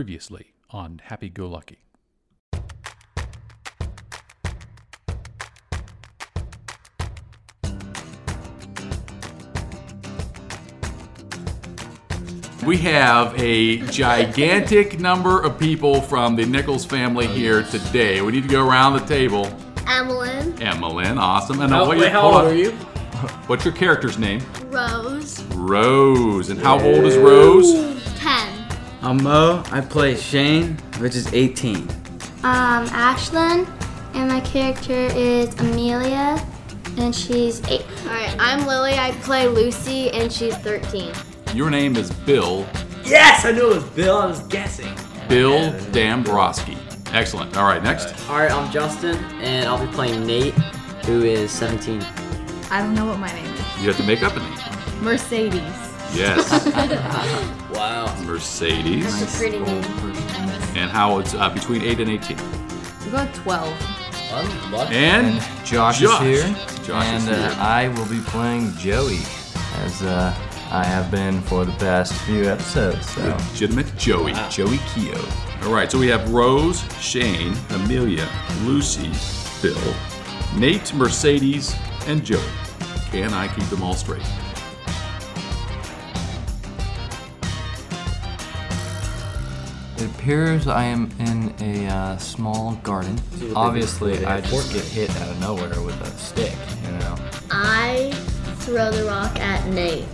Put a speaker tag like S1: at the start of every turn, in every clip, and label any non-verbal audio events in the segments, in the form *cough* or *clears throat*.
S1: Previously on Happy Go Lucky.
S2: We have a gigantic number of people from the Nichols family here today. We need to go around the table.
S3: Evelyn,
S2: Emmeline, awesome. And
S4: Oh,
S2: what-
S4: wait, how
S2: hold
S4: old
S2: on.
S4: are you?
S2: What's your character's name?
S3: Rose,
S2: Rose. And how old is Rose?
S3: 10.
S5: I'm Mo. I play Shane, which is 18.
S3: Um, Ashlyn, and my character is Amelia, and she's 8. Alright, I'm Lily, I play Lucy, and she's 13.
S2: Your name is Bill.
S4: Yes, I knew it was Bill. I was guessing.
S2: Bill Dambrowski. Excellent. All right, next.
S5: All right, I'm Justin, and I'll be playing Nate, who is 17.
S6: I don't know what my name is.
S2: You have to make up a name.
S6: Mercedes.
S2: Yes.
S7: *laughs*
S5: Wow.
S2: Mercedes.
S3: That's a pretty name.
S2: And how it's uh, between 8 and 18.
S6: We're going 12.
S2: And
S7: Josh,
S2: Josh.
S7: is here,
S2: Josh
S7: and
S2: is here.
S7: Uh, I will be playing Joey, as uh, I have been for the past few episodes. So
S2: legitimate Joey, Joey Keogh. All right, so we have Rose, Shane, Amelia, Lucy, Bill, Nate, Mercedes, and Joey. Can I keep them all straight?
S7: it appears I am in a uh, small garden. Obviously, I just get hit out of nowhere with a stick. You know,
S3: I throw the rock at Nate.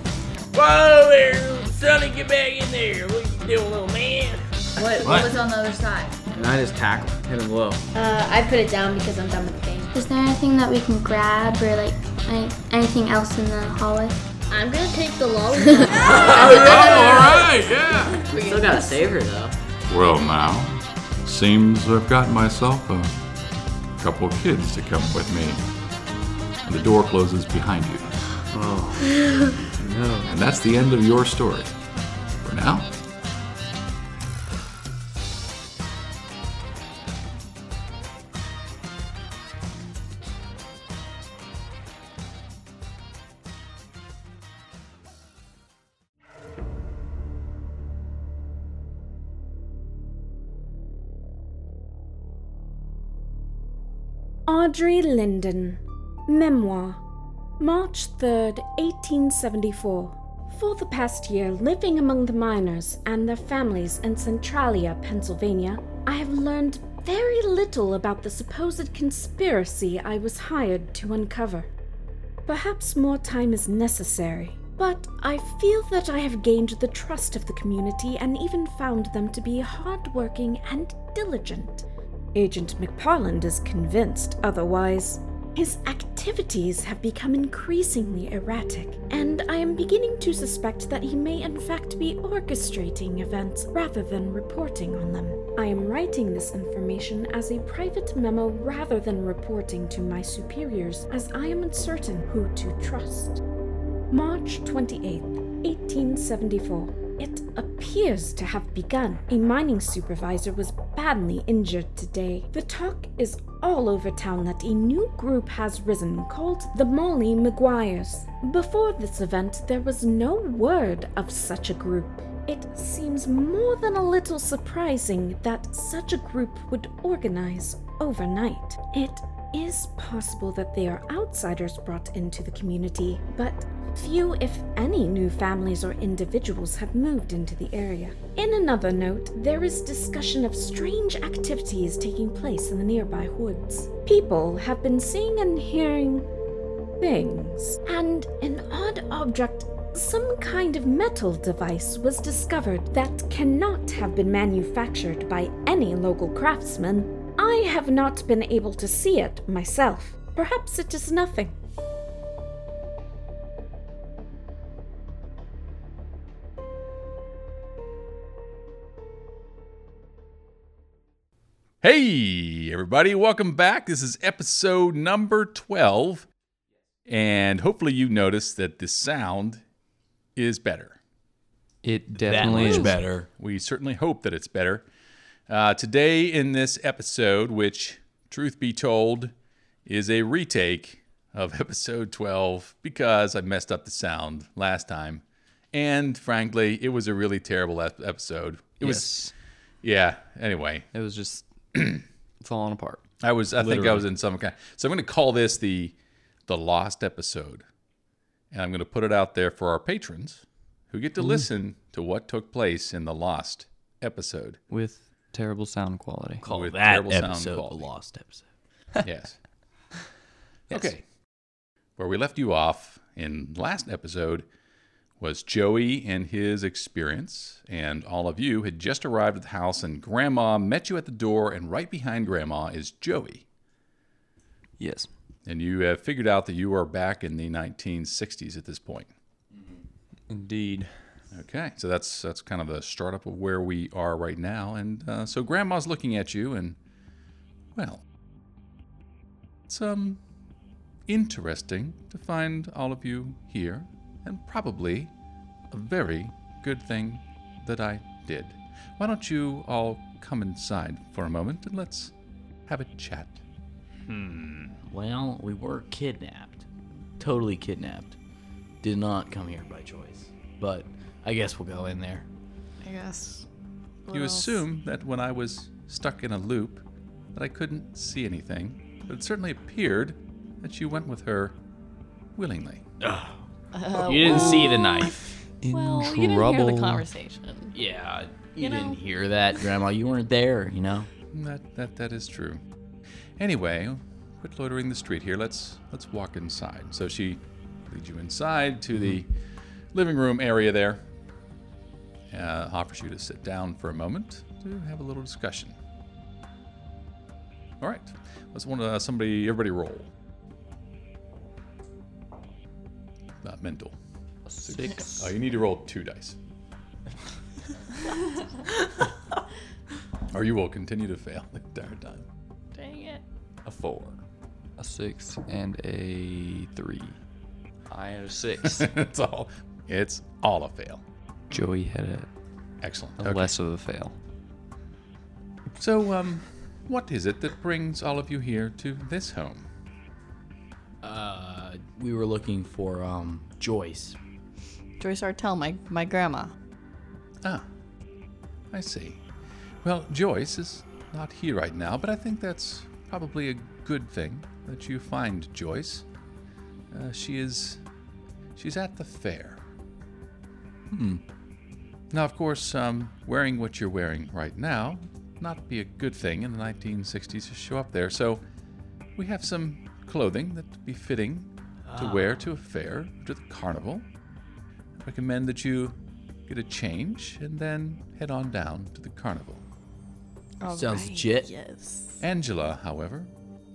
S4: Whoa there, Sonny, get back in there. What you doing, little man?
S6: What,
S7: What?
S6: what was on the other side?
S5: And I just tackle, hit him low.
S3: Uh, I put it down because I'm done with the game. Is there anything that we can grab or like, like anything else in the hallway? I'm gonna take the lollipop.
S2: Oh, all right, yeah.
S5: Still gotta save her though.
S2: Well, now, seems I've got myself a couple of kids to come with me. And the door closes behind you.
S5: Oh *laughs* no.
S2: And that's the end of your story. For now.
S8: Audrey Linden, Memoir, March 3rd, 1874. For the past year, living among the miners and their families in Centralia, Pennsylvania, I have learned very little about the supposed conspiracy I was hired to uncover. Perhaps more time is necessary, but I feel that I have gained the trust of the community and even found them to be hardworking and diligent. Agent McParland is convinced otherwise. His activities have become increasingly erratic, and I am beginning to suspect that he may in fact be orchestrating events rather than reporting on them. I am writing this information as a private memo rather than reporting to my superiors, as I am uncertain who to trust. March 28th, 1874. It appears to have begun. A mining supervisor was badly injured today. The talk is all over town that a new group has risen called the Molly Maguires. Before this event, there was no word of such a group. It seems more than a little surprising that such a group would organize overnight. It is possible that they are outsiders brought into the community, but few, if any, new families or individuals have moved into the area. In another note, there is discussion of strange activities taking place in the nearby hoods. People have been seeing and hearing things, and an odd object, some kind of metal device, was discovered that cannot have been manufactured by any local craftsman. I have not been able to see it myself. Perhaps it is nothing.
S2: Hey, everybody, welcome back. This is episode number 12. And hopefully, you notice that the sound is better.
S7: it definitely is better.
S2: We certainly hope that it's better. Uh, today, in this episode, which, truth be told, is a retake of *laughs* episode 12 because I messed up the sound last time. And frankly, it was a really terrible ep- episode. It was Yeah. Anyway,
S9: It was just *clears throat* falling apart.
S2: I was. I think I was in some kind. So I'm going to call this the the lost episode, and I'm going to put it out there for our patrons who get to listen to what took place in the lost episode.
S9: with terrible sound quality.
S2: Call with
S4: that
S2: terrible sound
S4: episode the
S2: quality.
S4: lost
S2: *laughs*
S4: episode.
S2: yes. Okay. Where we left you off in last episode was Joey and his experience, and all of you had just arrived at the house, and Grandma met you at the door, and right behind Grandma is Joey.
S9: Yes.
S2: And you have figured out that you are back in the 1960s at this point.
S9: Indeed.
S2: Okay, so that's that's kind of the startup of where we are right now, and uh, so Grandma's looking at you, and well, it's um interesting to find all of you here, and probably a very good thing that I did. Why don't you all come inside for a moment and let's have a chat?
S4: Well, we were kidnapped. Totally kidnapped. Did not come here by choice. But I guess we'll go in there.
S6: I guess.
S2: You assume that when I was stuck in a loop, that I couldn't see anything, but it certainly appeared that you went with her willingly.
S10: Uh,
S4: you didn't see the knife.
S9: In
S10: Well,
S9: trouble.
S10: you didn't hear the conversation.
S4: Yeah, you,
S10: You know-
S4: didn't hear that, Grandma. You weren't there, you
S10: *laughs*
S4: know?
S2: That that that is true. Anyway, quit loitering the street here. Let's let's walk inside. So she leads you inside to the living room area there. Uh, offers you to sit down for a moment to have a little discussion. All right, let's want uh, somebody everybody roll. Not Uh, mental.
S9: Six.
S2: Oh, you need to roll two dice. or you will continue to fail the entire time. *laughs*
S10: Dang it.
S2: A four.
S9: A six and a three. I had a
S7: *laughs*
S9: six.
S2: it's all. It's all a fail.
S9: Joey had a,
S2: Excellent.
S9: a
S2: Okay.
S9: less of a fail.
S2: So, um, what is it that brings all of you here to this home?
S4: Uh, we were looking for, um, Joyce.
S10: Joyce Artell, my, my grandma.
S2: Ah, I see. Well, Joyce is not here right now, but I think that's probably a good thing that you find Joyce. Uh, she is. She's at the fair. Hmm. Now, of course, um, wearing what you're wearing right now would not be a good thing in the 1960s to show up there. So, we have some clothing that would be fitting to wear to a fair, to the carnival. I recommend that you get a change and then head on down to the carnival.
S4: Sounds legit.
S10: Yes.
S2: Angela, however,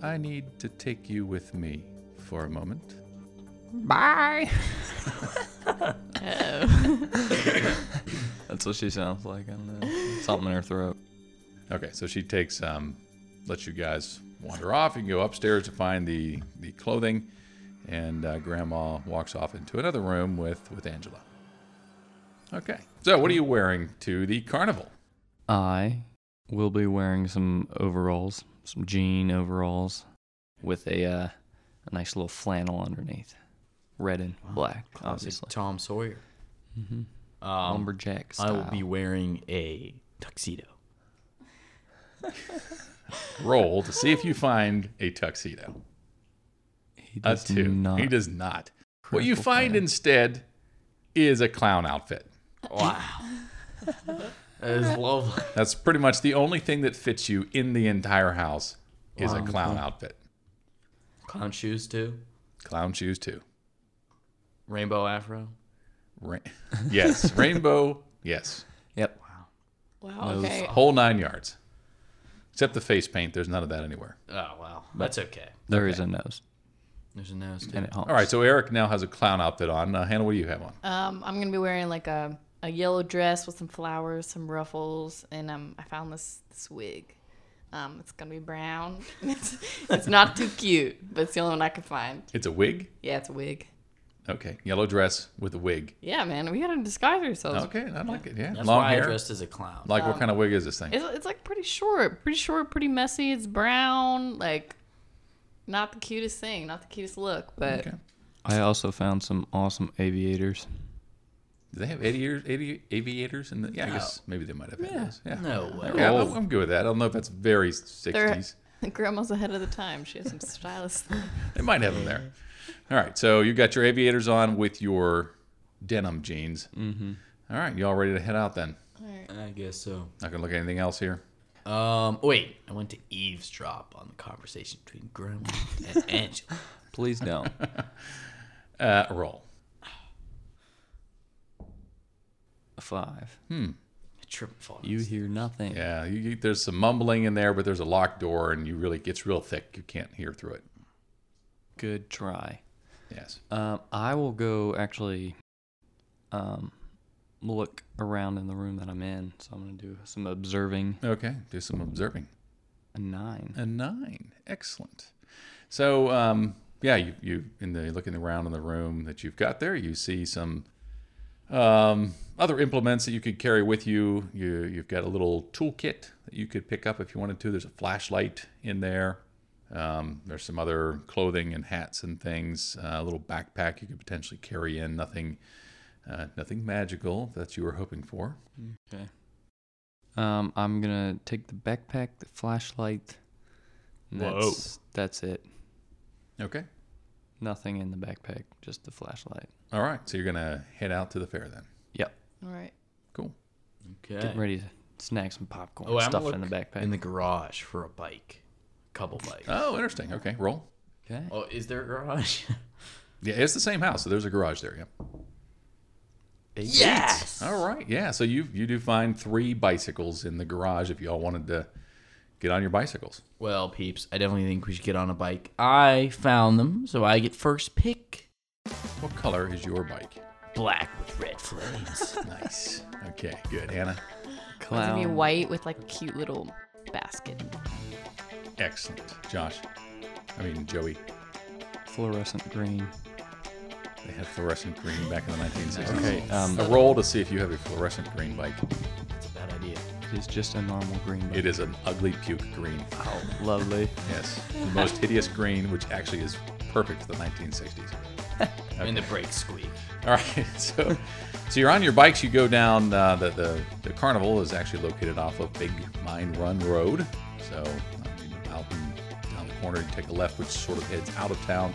S2: I need to take you with me for a moment.
S9: Bye. That's what she sounds like. I don't know. Something in her throat.
S2: Okay, so she takes um lets you guys wander off. You can go upstairs to find the the clothing and uh, grandma walks off into another room with with Angela. Okay. So, what are you wearing to the carnival?
S9: I will be wearing some overalls, some jean overalls, with a uh, a nice little flannel underneath, red and black,
S4: Classic
S9: obviously.
S4: Tom Sawyer. Mm-hmm.
S9: Lumberjack
S4: I will be
S9: style.
S4: wearing a tuxedo.
S2: Roll to see if you find a tuxedo.
S9: He
S2: A
S9: does
S2: two.
S9: not
S2: He does not. What you
S9: Critical
S2: find
S9: fail.
S2: instead is a clown outfit.
S4: That is lovely.
S2: That's pretty much the only thing that fits you in the entire house is a clown outfit.
S4: Clown shoes, too.
S2: Clown shoes too.
S4: Rainbow afro.
S10: *laughs*
S2: Ra- yes, rainbow. Yes,
S9: Yep.
S10: Wow, okay.
S2: whole nine yards. Except the face paint. There's none of that anywhere.
S4: Oh, wow. That's okay.
S9: There is a nose,
S4: There's a nose, too.
S9: and it honks.
S2: All right. So Eric now has a clown outfit on. Uh, Hannah, what do you have on?
S10: Um, I'm gonna be wearing like a, a yellow dress with some flowers, some ruffles, and um, I found this this wig. Um, it's gonna be brown. *laughs* it's, it's not too cute, but it's the only one I could find.
S2: It's a wig.
S10: Yeah, it's a wig.
S2: Okay, yellow dress with a wig.
S10: Yeah, man, we gotta disguise ourselves.
S2: Okay, I like it. Yeah,
S4: That's
S2: long
S4: why I
S2: hair.
S4: dressed as a clown.
S2: like what kind of wig is this thing?
S10: It's, it's like pretty short, pretty short, pretty messy. It's brown, like not the cutest thing, not the cutest look, but
S2: Okay.
S9: I also found some awesome aviators.
S2: Do they have aviators? 80, aviators? And yeah, I
S10: No.
S2: guess maybe they might have had
S10: Yeah.
S2: those. Yeah.
S10: No way.
S2: Okay, I'm, I'm good with that. I don't know if that's very 60s.
S10: They're- *laughs* Grandma's ahead of the time. She has some stylus.
S2: They might have them there. All right, so you got your aviators on with your denim jeans. Mm-hmm. All right, you all ready to head out then?
S4: I guess so.
S2: Not gonna look at anything else here.
S4: Um, wait, I want to eavesdrop on the conversation between Grandma
S9: *laughs*
S4: and Angela.
S9: Please don't.
S2: *laughs* uh, roll.
S9: A five.
S2: Hmm.
S4: Trip fall.
S9: You hear nothing.
S2: Yeah, you, you, there's some mumbling in there, but there's a locked door, and you really gets real thick. You can't hear through it.
S9: Good try.
S2: Yes.
S9: Um, I will go actually um, look around in the room that I'm in. So I'm going to do some observing.
S2: Okay, do some observing.
S9: A nine.
S2: A nine. Excellent. So, um, yeah, you, you in the looking around in the room that you've got there, you see some um, other implements that you could carry with you. you. You've got a little toolkit that you could pick up if you wanted to. There's a flashlight in there. Um, there's some other clothing and hats and things. Uh, a little backpack you could potentially carry in. Nothing, uh, nothing magical if that's you were hoping for.
S9: Okay. Um, I'm going to take the backpack, the flashlight. and
S2: Whoa.
S9: That's, that's it.
S2: Okay.
S9: Nothing in the backpack, just the flashlight.
S2: All right. So you're gonna head out to the fair then.
S9: Yep.
S10: *laughs* All right.
S2: Cool.
S4: Okay.
S9: Getting ready to snack some popcorn.
S4: Oh, I'm
S9: stuff
S4: gonna
S9: in the
S4: look
S9: backpack. Uh,
S4: In the garage for a bike. Couple bikes.
S2: Oh, interesting. Okay, roll.
S9: Okay.
S4: Oh, is there a
S9: *laughs*
S4: garage?
S2: Yeah, it's the same house, so there's a garage there. Yeah.
S4: yes.
S2: All right. Yeah. So you you do find three bicycles in the garage if you all wanted to get on your bicycles.
S4: Well, peeps, I definitely think we should get on a bike. I found them, so I get first pick.
S2: What color is your bike?
S4: Black with red flames.
S2: nice. Okay. Good, Hannah.
S10: It's gonna be
S9: Clown.
S10: white with like a cute little basket.
S2: Excellent, Josh. I mean Joey.
S9: Fluorescent green.
S2: They had fluorescent green back in the 1960s.
S9: Okay, um,
S2: a roll to see if you have a fluorescent green bike.
S4: That's a bad idea.
S9: It is just a normal green.
S2: It is an ugly puke green.
S9: Oh, lovely.
S2: Yes, the most hideous green, which actually is perfect for the 1960s.
S4: I mean, the brakes squeak.
S2: *laughs* All right, so so you're on your bikes. You go down uh, the, the the carnival is actually located off of Big Mine Run Road. So I mean, out and down the corner, you take a left, which sort of heads out of town.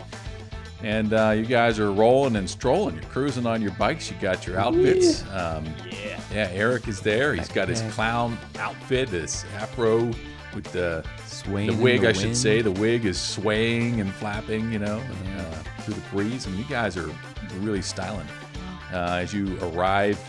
S2: And uh, you guys are rolling and strolling. You're cruising on your bikes. You got your outfits. Um,
S4: Yeah.
S2: yeah, Eric is there. He's got his clown outfit, his afro with the
S9: Swaying
S2: the
S9: in
S2: wig,
S9: the
S2: I should
S9: wind.
S2: say. The wig is swaying and flapping, you know, and, uh, through the breeze. And you guys are really styling. Uh, as you arrive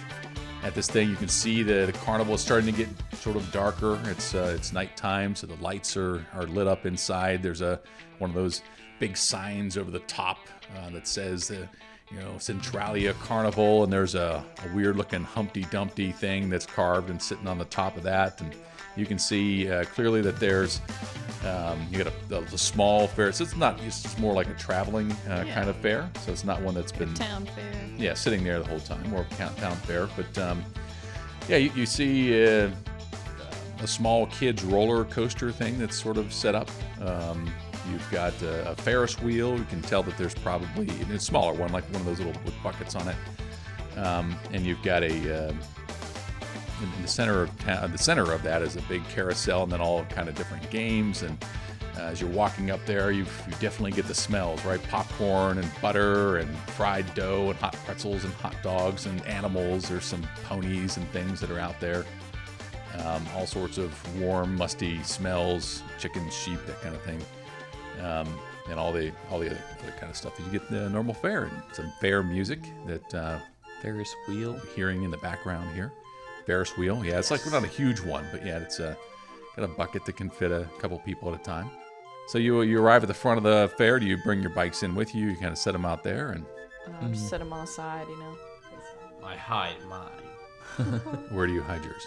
S2: at this thing, you can see the, the carnival is starting to get sort of darker. It's uh, it's nighttime, so the lights are, are lit up inside. There's a one of those big signs over the top uh, that says the you know Centralia Carnival, and there's a, a weird looking Humpty Dumpty thing that's carved and sitting on the top of that, and you can see uh, clearly that there's um, you got a, the, the small fair. So it's not it's just more like a traveling uh,
S10: Yeah.
S2: kind of fair. So it's not one that's been
S10: Town fair.
S2: yeah, sitting there the whole time, more of a countdown fair. But um, yeah, you, you see uh, a small kids roller coaster thing that's sort of set up. Um, you've got a, a Ferris wheel. You can tell that there's probably and it's a smaller one, like one of those little with buckets on it. Um, and you've got a um in in the center of ta- the center of that is a big carousel, and then all kind of different games. And uh, as you're walking up there, you you definitely get the smells, right? Popcorn and butter and fried dough and hot pretzels and hot dogs and animals. There's some ponies and things that are out there. Um, all sorts of warm, musty smells, chicken, sheep, that kind of thing. Um, and all the all the other, other kind of stuff that you get in the normal fair and some fair music that uh,
S9: Ferris wheel.
S2: hearing in the background here. Ferris wheel. Yeah, it's like not a huge one, but yeah, it's a, got a bucket that can fit a couple people at a time. So you you arrive at the front of the fair. Do you bring your bikes in with you? You kind of set them out there, and
S10: Uh,
S9: Mm-hmm.
S10: Just set them on the side, you know.
S4: I hide mine
S2: where do you hide yours?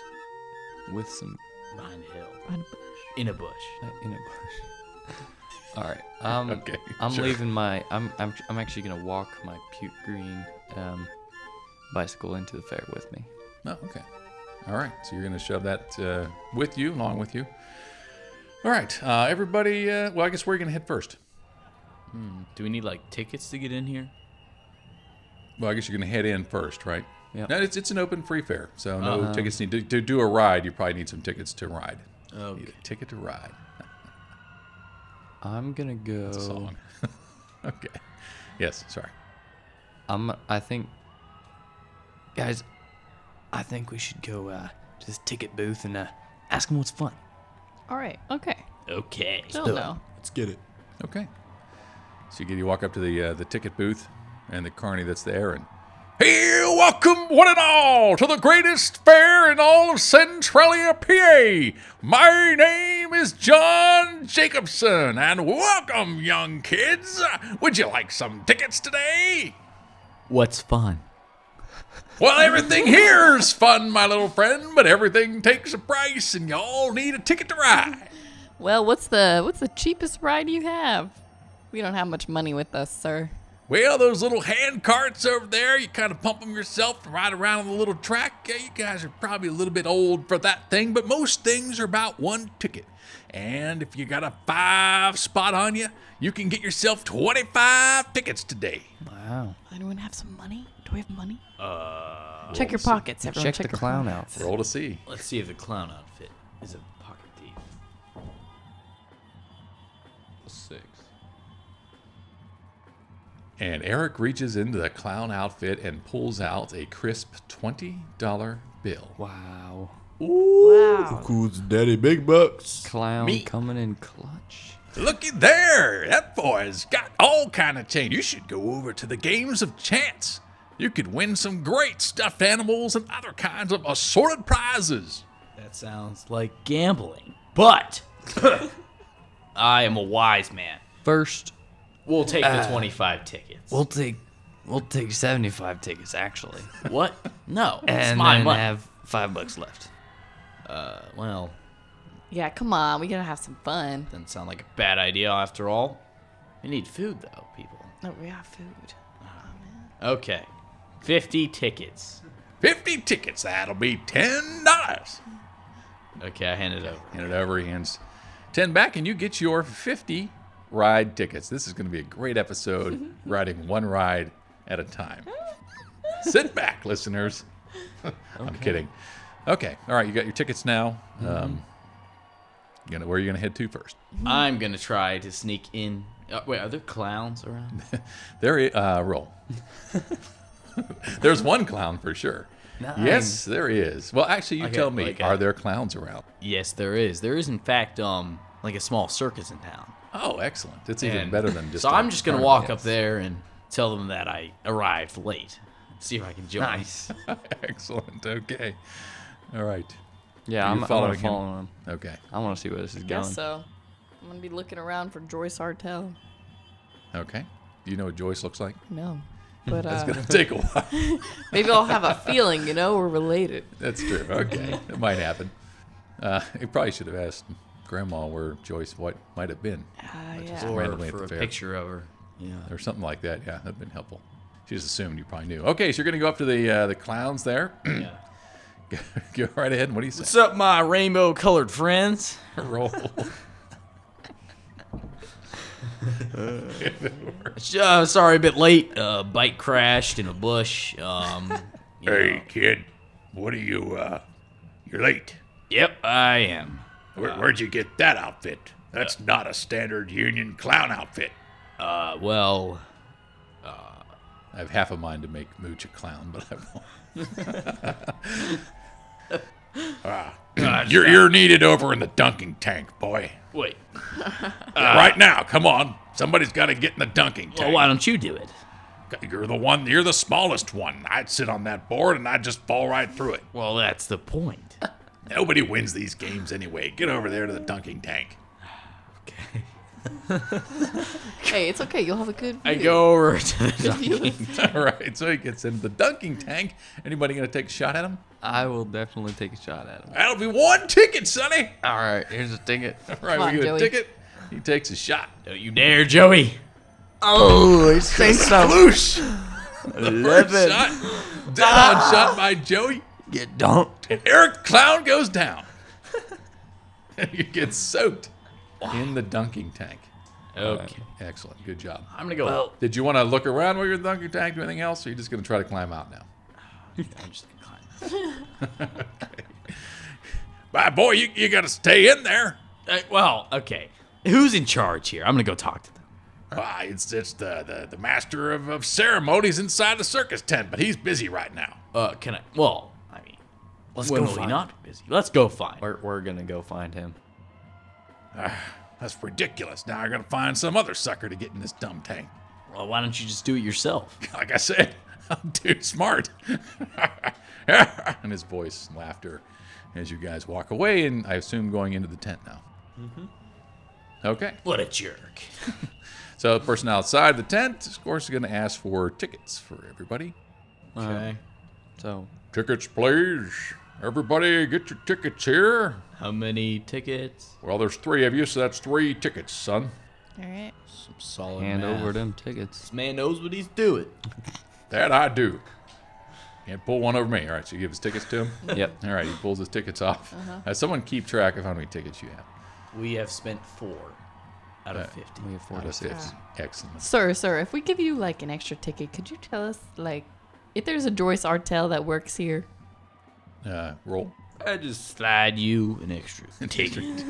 S9: With some
S4: behind a hill,
S10: Behind a bush.
S4: in a bush.
S9: uh, in a bush. *laughs* All right. Um,
S2: Okay,
S9: I'm
S2: sure.
S9: leaving my. I'm. I'm. I'm actually gonna walk my puke green um, bicycle into the fair with me.
S2: Oh, okay. All right. So you're going to shove that uh, with you, along with you. All right. Uh, everybody. Uh, well, I guess we're going to head first.
S4: Do we need like tickets to get in here?
S2: Well, I guess you're going to head in first, right? No, it's, it's an open free fair, so no
S4: Uh-huh.
S2: tickets need to, to do a ride. You probably need some tickets to ride.
S4: Oh,
S2: Need a ticket to ride.
S9: I'm gonna go.
S2: song. *laughs* okay. Yes. Sorry.
S9: I'm. I think. Guys, I think we should go uh, to this ticket booth and uh, ask them what's fun.
S10: All right. Okay.
S4: Okay.
S10: They'll know.
S4: Let's get it.
S2: Okay. So you get you walk up to the uh, the ticket booth and the carney that's there and hey, welcome one and all to the greatest fair in all of Centralia, PA. My name is John Jacobson and welcome young kids. Would you like some tickets today?
S4: What's fun?
S2: Well, everything here's fun, my little friend, but everything takes a price and y'all need a ticket to ride.
S10: Well, what's the what's the cheapest ride you have? We don't have much money with us, sir.
S2: Well, those little hand carts over there, you kind of pump them yourself and ride around on the little track. Yeah, you guys are probably a little bit old for that thing, but most things are about one ticket. And if you got a five spot on you, you can get yourself 25 tickets today.
S9: Wow.
S10: Anyone have some money? Do we have money? check your pockets, everyone.
S9: Oh, Check, the
S10: your
S9: clown
S10: pockets.
S9: outfit.
S2: Roll to see.
S4: Let's see if the clown outfit is a pocket thief.
S9: Six.
S2: And Eric reaches into the clown outfit and pulls out a crisp $20 bill.
S9: Wow.
S10: Wow.
S11: Cool's daddy big bucks.
S9: Clown
S2: Me.
S9: coming in clutch.
S2: Looky there! That boy's got all kind of change. You should go over to the games of chance. You could win some great stuffed animals and other kinds of assorted prizes.
S4: That sounds like gambling. But *laughs* I am a wise man.
S9: First,
S5: We'll take the
S9: Ah.
S5: 25 tickets.
S9: we'll take we'll take seventy-five tickets *laughs* actually,
S4: What? No. it's
S9: and
S4: my
S9: then
S4: money.
S9: have five bucks left.
S4: uh, well,
S10: Yeah, come on. We gotta have some fun.
S4: doesn't sound like a bad idea after all. We need food though, people.
S10: No, we have food.
S4: Okay. 50 tickets.
S2: 50 tickets, that'll be $10.
S4: Okay, I hand it over.
S2: And it over he hands 10 back, and you get your 50 ride tickets. This is going to be a great
S4: *laughs*
S2: episode, riding one ride at a time. Sit back, listeners. *laughs* I'm kidding. Okay, all right, you got your tickets now.
S4: Mm-hmm.
S2: Um, you gonna, where are you going to head to first?
S4: I'm going to try to sneak in. Uh, wait, are there clowns *laughs* around?
S2: There, i- uh, roll. *laughs* There's one clown for sure. Yes, there is. Well, actually, you
S4: Okay,
S2: tell me.
S4: like, uh,
S2: are there clowns around?
S4: yes, there is. There is in fact um like a small circus in town.
S2: Oh, excellent. It's even
S4: And-
S2: better than just.
S4: So
S2: i
S4: I'm just going to walk up there and tell them that I arrived late. See if I can join.
S9: Nice.
S2: *laughs* excellent. Okay. All right.
S9: Yeah,
S2: Are you
S9: I'm, I'm
S2: following
S9: following,
S2: him?
S9: following him.
S2: Okay.
S9: I want to see where this is going.
S10: Guess so. I'm gonna be looking around for Joyce Artell.
S2: Okay. Do you know what Joyce looks
S4: *laughs*
S2: like?
S10: No, but
S2: That's
S10: uh,
S2: gonna take a while. *laughs*
S10: maybe I'll have a feeling. You know, we're *laughs* related.
S2: That's true. Okay, it might happen. Uh, you probably should have asked Grandma where Joyce White might have been,
S10: Ah, yeah.
S4: Or
S2: randomly at
S4: for
S2: the
S4: a
S2: fair.
S4: picture of her. Yeah.
S2: or something like that. Yeah, that'd been helpful. She just assumed you probably knew. Okay, so you're gonna go up to the uh, the clowns there.
S4: yeah.
S2: *clears throat* go, go right ahead. and What do you say?
S4: What's up, my rainbow colored friends?
S2: *laughs* Roll.
S4: Uh, sorry, a bit late. Uh, bike crashed in a bush. *laughs* Um, you know.
S2: kid, what are you? Uh, you're late.
S4: Yep, I am.
S2: Where,
S4: Uh.
S2: where'd you get that outfit? That's not a standard Union clown outfit.
S4: Uh, well,
S2: I have half a mind to make Mooch a clown, but I won't.
S4: *laughs*
S2: Ah, you're, you're needed over in the dunking tank, boy.
S4: wait.
S2: right now, come on. Somebody's got to get in the dunking
S4: Ah. Well,
S2: tank.
S4: why don't you do it?
S2: you're the one. You're the smallest one. I'd sit on that board and I'd just fall right through it.
S4: Well, that's the point.
S2: Nobody wins these games anyway. Get over there to the dunking tank. *laughs*
S10: Hey, it's okay. You'll have a good.
S4: I
S10: view. *laughs*
S4: go over to the
S10: Good view.
S2: All right, so he gets into the dunking tank. Anybody gonna take a shot at him?
S9: I will definitely take a shot at him.
S2: That'll be one ticket, Sonny. *laughs*
S9: All right, here's a ticket.
S2: All right,
S10: Come on,
S2: we get a
S10: Joey.
S2: ticket. He takes a shot.
S4: Don't Oh, you dare, Joey.
S9: Oh, he's saying something.
S2: Whoosh! First shot. Down
S9: *laughs*
S2: shot by Joey.
S9: Get dunked.
S2: And Eric Clown goes down. *laughs* and you get soaked in the dunking tank.
S4: Okay.
S2: Excellent. Good job.
S4: I'm gonna go.
S2: Did you want to look around while you're in the dunking tank? Do anything else? Or are you just going to try to climb out now?
S4: I'm just gonna climb.
S2: *laughs* My boy, you, you gotta stay in there.
S4: uh, well, okay. Who's in charge here? I'm gonna go talk to them.
S2: Ah, it's it's the, the, the master of, of ceremonies inside the circus tent, but he's busy right now.
S4: Uh, can I? Well, I mean, let's go find him. busy. Let's go find.
S9: We're, we're gonna go find him.
S2: That's ridiculous. Now I gotta find some other sucker to get in this dumb tank. *laughs*
S4: Well, why don't you just do it yourself?
S2: Like I said, *laughs* I'm too smart. *laughs* and his voice and laughter as you guys walk away, and I assume going into the tent now.
S4: Mm-hmm.
S2: Okay.
S4: *laughs* What a jerk.
S2: So the person outside the tent, of course, is going to ask for tickets for everybody.
S9: Okay. So
S2: Tickets, please. Everybody, get your tickets here.
S4: How many tickets?
S2: Well, there's three of you, so that's three tickets, son.
S10: All right.
S4: Some solid
S9: hand
S4: math.
S9: over them tickets.
S4: This man knows what he's doing.
S2: That I do. Can't pull one over me. All right, so you give his tickets to him?
S9: Yep.
S2: All right, he pulls his tickets off.
S10: Uh-huh.
S2: Uh, someone keep track of how many tickets you have.
S4: We have spent four out of
S2: Uh,
S4: fifty.
S9: We have four
S2: Out
S9: to
S2: of
S9: six.
S2: fifty. Excellent.
S10: Sir, sir, if we give you like an extra ticket, could you tell us like if there's a Joyce Artel that works here?
S2: Uh, roll.
S4: I just slide you an *laughs* extra ticket.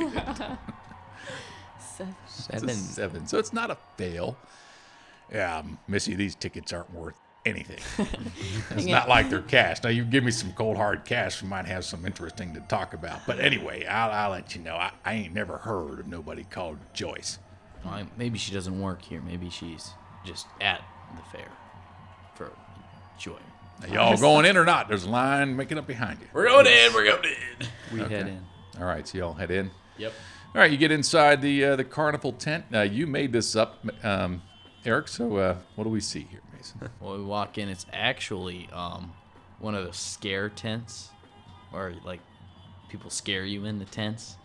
S2: It's a
S9: Seven.
S2: seven, so it's not a fail. Yeah, um, Missy, these tickets aren't worth anything. it's
S10: Yeah.
S2: not like they're cash. Now, you give me some cold hard cash, we might have some interesting to talk about. But anyway, I'll, I'll let you know. I, I ain't never heard of nobody called Joyce.
S4: Well, maybe she doesn't work here. Maybe she's just at the fair for enjoyment.
S2: Now, y'all going in or not? There's a line making up behind you.
S4: We're going in. We're going in.
S9: We head
S2: Okay.
S9: in.
S2: All right, so y'all head in.
S4: Yep.
S2: All right, you get inside the uh, the carnival tent. Uh, you made this up, um, Eric. So uh, what do we see here,
S9: *laughs*
S2: Mason?
S4: When we walk in, it's actually um, one of those scare tents, or like people scare you in the tents.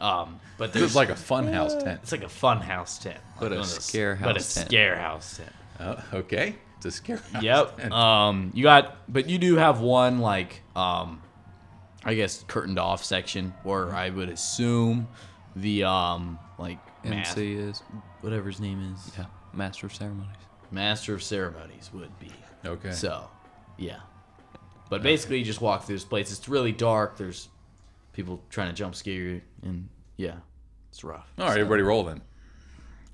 S4: Um, but
S2: This
S4: there's *laughs*
S2: is like a funhouse tent.
S4: it's like a fun house tent,
S9: But
S4: like
S9: a
S4: one of those-
S9: scare
S4: but a
S9: house tent.
S4: scare house tent.
S2: Oh, okay, it's a
S9: *laughs*
S2: scary. *laughs*
S4: Yep. Um, you got, but you do have one like, um, I guess curtained off section where I would assume the um like mas-
S9: MC is
S4: whatever his name is,
S9: yeah, master of ceremonies.
S4: master of ceremonies would be.
S2: Okay.
S4: So, yeah. But basically, you just walk through this place. It's really dark. There's people trying to jump scare you, and yeah, it's rough.
S2: All right, everybody, roll then.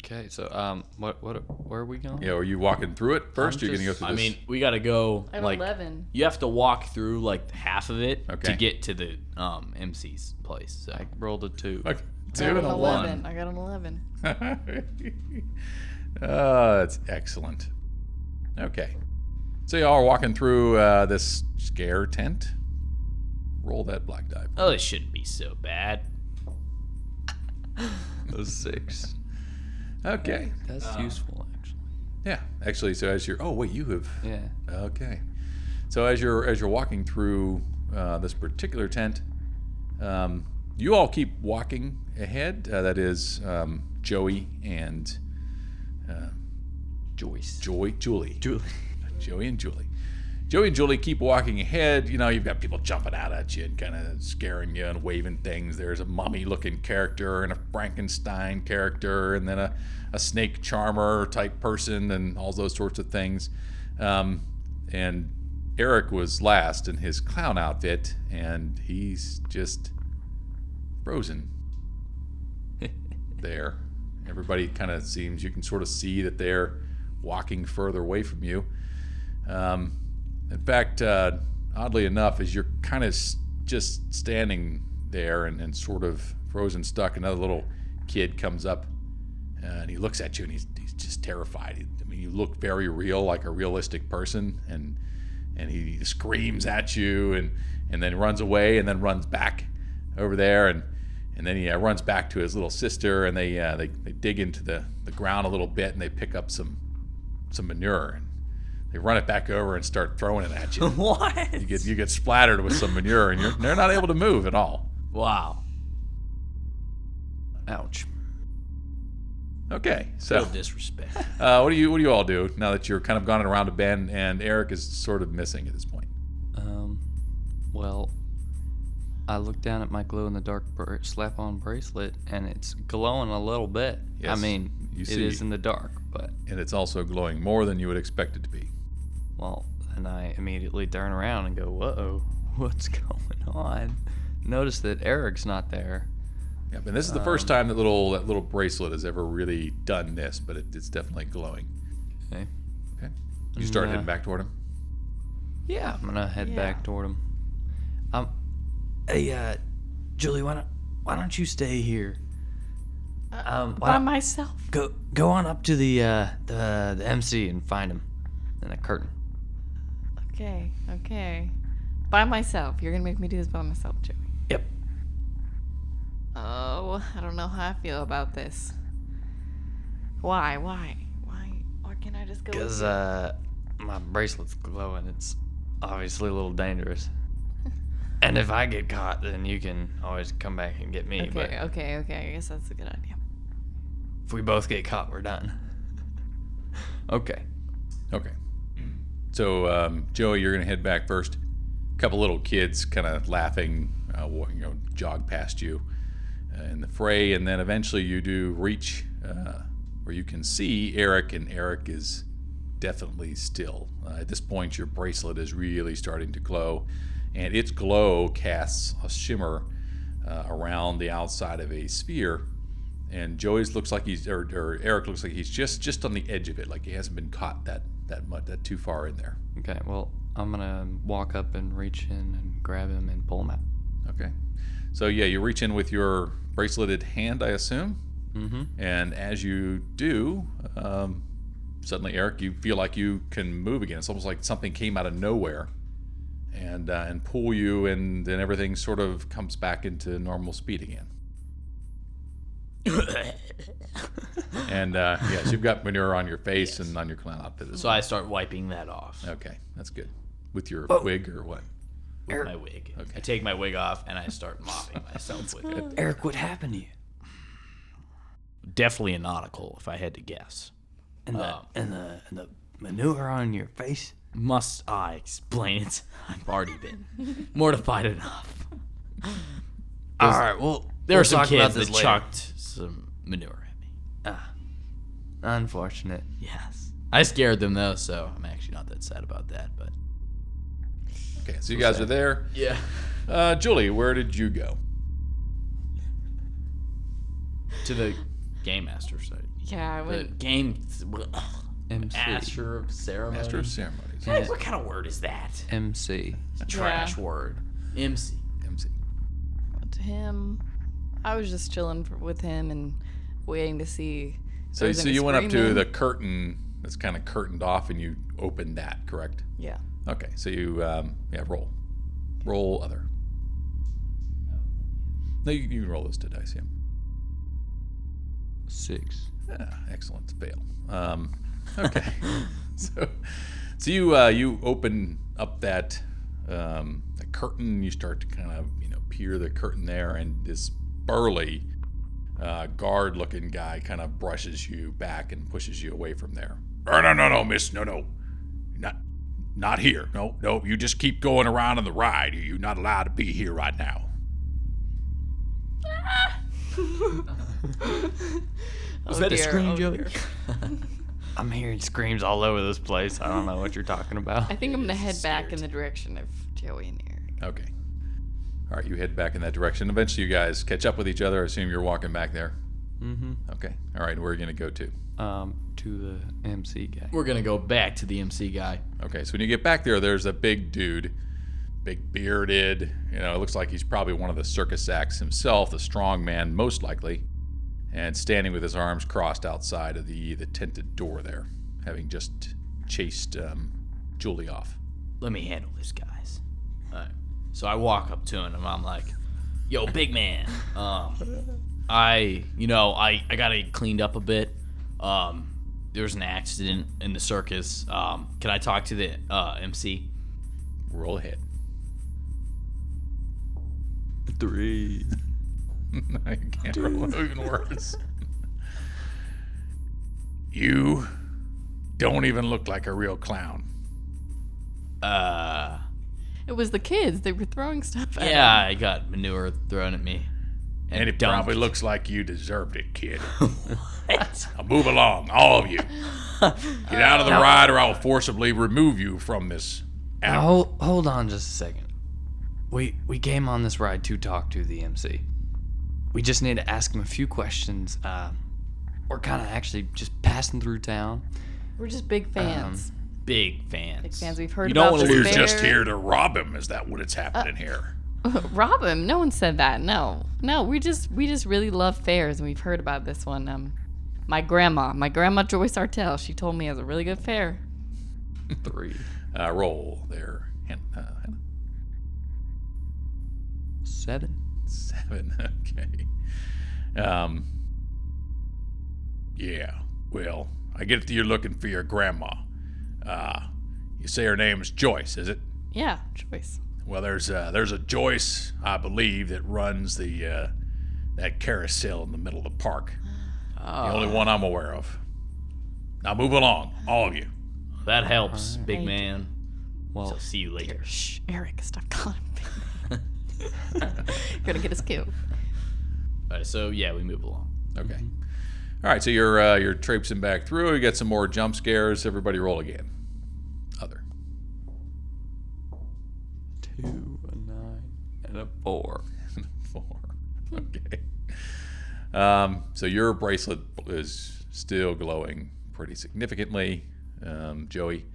S9: Okay, so um, what what where are we going?
S2: Yeah, are you walking through it 1st
S9: I'm
S2: you're gonna go
S9: just-
S2: through
S4: I
S2: this.
S4: mean, we gotta go.
S10: I have
S4: like,
S10: eleven.
S4: You have to walk through like half of it
S2: Okay.
S4: to get to the um, MC's place. So
S9: I rolled a two.
S2: like two
S10: I
S2: and
S10: got
S2: a
S10: an
S2: one.
S10: eleven. I got an eleven.
S2: *laughs* Uh, that's excellent. Okay, so y'all are walking through uh, this scare tent. Roll that black die.
S4: oh, this shouldn't be so bad.
S9: A six.
S2: *laughs* Okay.
S9: That's useful actually.
S2: Yeah, actually, so as you're, oh wait, you have
S9: Yeah.
S2: Okay. So as you're as you're walking through uh, this particular tent, um, you all keep walking ahead. Uh, that is um, Joey and uh,
S9: Joyce.
S2: Joy, Julie, Julie, *laughs* Joey and Julie. Joey and Julie keep walking ahead. You know, you've got people jumping out at you and kind of scaring you and waving things. There's a mummy-looking character and a Frankenstein character, and then a, a snake charmer type person, and all those sorts of things. Um, and Eric was last in his clown outfit, and he's just frozen there. Everybody kind of seems you can sort of see that they're walking further away from you. Um, in fact, uh, oddly enough, as you're kind of s- just standing there and, and sort of frozen stuck, another little kid comes up uh, and he looks at you and he's, he's just terrified. I mean, you look very real, like a realistic person, and and he screams at you and and then runs away and then runs back over there and and then he uh, runs back to his little sister and they uh, they, they dig into the, the ground a little bit and they pick up some some manure and they run it back over and start throwing it at you.
S4: *laughs* What?
S2: you get you get splattered with some manure and you're, they're not able to move at all.
S4: Wow.
S9: Ouch.
S2: Okay, so
S4: Real disrespect. *laughs*
S2: uh, what do you what do you all do now that you're kind of gone around a bend and Eric is sort of missing at this point?
S9: Um, well, I looked down at my glow in the dark br- slap on bracelet and it's glowing a little bit.
S2: Yes,
S9: I mean,
S2: you
S9: it
S2: see.
S9: is in the dark, but
S2: And it's also glowing more than you would expect it to be.
S9: well, and I immediately turn around and go, "Whoa, *laughs* what's going on?" Notice that Eric's not there.
S2: Yep, and this is the first time that little that little bracelet has ever really done this, but it, it's definitely glowing.
S9: Okay.
S2: Okay. You start
S9: And,
S2: heading
S9: uh,
S2: back toward him.
S9: Yeah, I'm gonna head
S2: Yeah.
S9: back toward him. Um, hey, uh, Julie, why don't why don't you stay here? Um, why
S10: by
S9: don't-
S10: myself.
S9: Go go on up to the uh the the MC and find him in a curtain.
S10: Okay, okay. By myself. You're gonna make me do this by myself, Joey.
S9: Yep.
S10: Oh, I don't know how I feel about this. Why? Why? Why? Why can't I just go? with
S9: Cause
S10: you?
S9: uh, my bracelet's glowing. It's obviously a little dangerous. And if I get caught, then you can always come back and get me.
S10: okay,
S9: But
S10: okay, okay. I guess that's a good idea.
S9: if we both get caught, we're done. *laughs* okay.
S2: Okay. So um, Joey, you're gonna head back first. A couple little kids kind of laughing, uh, wa- you know, jog past you uh, in the fray, and then eventually you do reach uh, where you can see Eric, and Eric is definitely still. Uh, at this point, your bracelet is really starting to glow, and its glow casts a shimmer uh, around the outside of a sphere. And Joey's looks like he's, or, or Eric looks like he's just just on the edge of it, like he hasn't been caught that that much, that too far in there.
S9: Okay. Well, I'm gonna walk up and reach in and grab him and pull him out.
S2: Okay. So yeah, you reach in with your braceleted hand, I assume.
S9: Mhm.
S2: And as you do, um, suddenly Eric, you feel like you can move again. It's almost like something came out of nowhere, and uh, and pull you, and then everything sort of comes back into normal speed again. and uh, yes, you've got manure on your face and on your clown outfit. as
S4: So
S2: well.
S4: I start wiping that off.
S2: Okay, that's good. With your
S4: Whoa.
S2: wig or what?
S4: With my wig. I take my wig off and I *laughs* start mopping myself with it.
S9: Eric, what happened to you?
S4: Definitely a nautical, if I had to guess.
S9: And the
S4: Um,
S9: and the and the manure on your face.
S4: Must I explain it? *laughs* I've already *laughs* been mortified enough. All right. Well, there
S9: we'll
S4: are some
S9: talk about
S4: kids
S9: this
S4: that
S9: later.
S4: chucked some manure at me.
S9: Ah, unfortunate.
S4: Yes. I scared them though, so I'm actually not that sad about that. But
S2: Okay, so you guys are there.
S4: Yeah.
S2: Uh, Julie, where did you go?
S4: *laughs* to the game master site.
S10: Yeah, I
S4: The
S10: went.
S4: game
S9: MC.
S4: master of ceremony.
S2: Master of ceremonies.
S4: What, what kind of word is that?
S9: MC.
S4: It's a trash word. MC.
S2: MC.
S10: went to him. I was just chilling for, with him and waiting to see. if there
S2: So,
S10: was
S2: so
S10: any
S2: you went up to
S10: screaming.
S2: the curtain that's kind of curtained off, and you opened that, correct?
S10: Yeah.
S2: Okay, so you um, yeah roll, roll other. No, you, you can roll those two dice. Yeah.
S9: Six.
S2: Ah, excellent fail. Um, okay, so so you uh, you open up that um, the curtain. You start to kind of you know peer the curtain there, and this burly uh, guard-looking guy kind of brushes you back and pushes you away from there. Oh, no, no, no, miss. No, no. Not not here. No, no. You just keep going around on the ride. You're not allowed to be here right now.
S10: Oh that a dear, scream, oh Joey? dear.
S9: I'm hearing screams all over this place. I don't know what you're talking about.
S10: I think I'm gonna head back in the direction of Joey and Eric.
S2: Okay. All right, you head back in that direction. Eventually, you guys catch up with each other. I assume you're walking back there.
S9: Mm-hmm.
S2: Okay. All right, where are you going to go to?
S9: *laughs* Um, to the MC guy.
S4: We're gonna go back to the MC guy.
S2: Okay, so when you get back there, there's a big dude, big bearded. You know, it looks like he's probably one of the circus acts himself, the strong man, most likely, and standing with his arms crossed outside of the, the tinted door there, having just chased um, Julie off.
S4: Let me handle this, guys. All right. So I walk up to him and I'm like, "Yo, big man. Um, I, you know, I I gotta get cleaned up a bit. Um, there was an accident in the circus. Um, can I talk to the uh, MC?
S2: Roll ahead.
S9: Three.
S2: *laughs* I can't roll even worse. You don't even look like a real clown.
S4: Uh,
S10: It was the kids. They were throwing stuff at
S4: yeah, I got manure thrown at me.
S2: And, it probably looks like you deserved it, kid. now move along, all of you. Get out of the
S9: No.
S2: ride, or I will forcibly remove you from this.
S9: Now, hold, hold on just a second. We we came on this ride to talk to the MC. We just need to ask him a few questions. Uh, we're kind of actually just passing through town.
S10: We're just big fans.
S4: Big fans.
S10: big fans. We've heard
S9: You don't
S10: about
S9: wanna
S10: this
S9: lose- So
S2: Just
S10: bear.
S2: here to rob him. Is that what it's happening here?
S10: *laughs* Rob him. No one said that. No, no. We just we just really love fairs, and we've heard about this one. Um, my grandma, my grandma Joyce Artell, she told me it was a really good fair.
S9: Three.
S2: Uh, roll there. Hen- uh, Hannah.
S9: Seven.
S2: Seven. *laughs* Okay. Um. Yeah. Well, I get that you're looking for your grandma. Uh, you say her name is Joyce, is it?
S10: Yeah, Joyce.
S2: Well, there's uh, there's a Joyce, I believe, that runs the uh, that carousel in the middle of the park. The only one I'm aware of. Now move along, all of you.
S4: That helps, big
S10: Thank you.
S4: man.
S9: Well,
S4: so see you later.
S10: Shh, Eric, stop calling him. big man. You're *laughs* gonna get us *laughs* killed.
S4: All right, so yeah, we move along.
S2: Okay. All right, so you're uh, you're traipsing back through. You get some more jump scares. Everybody roll again. Other.
S9: Two, a nine, and a four.
S2: *laughs* Four. Okay. Um, so your bracelet is still glowing pretty significantly, um, Joey,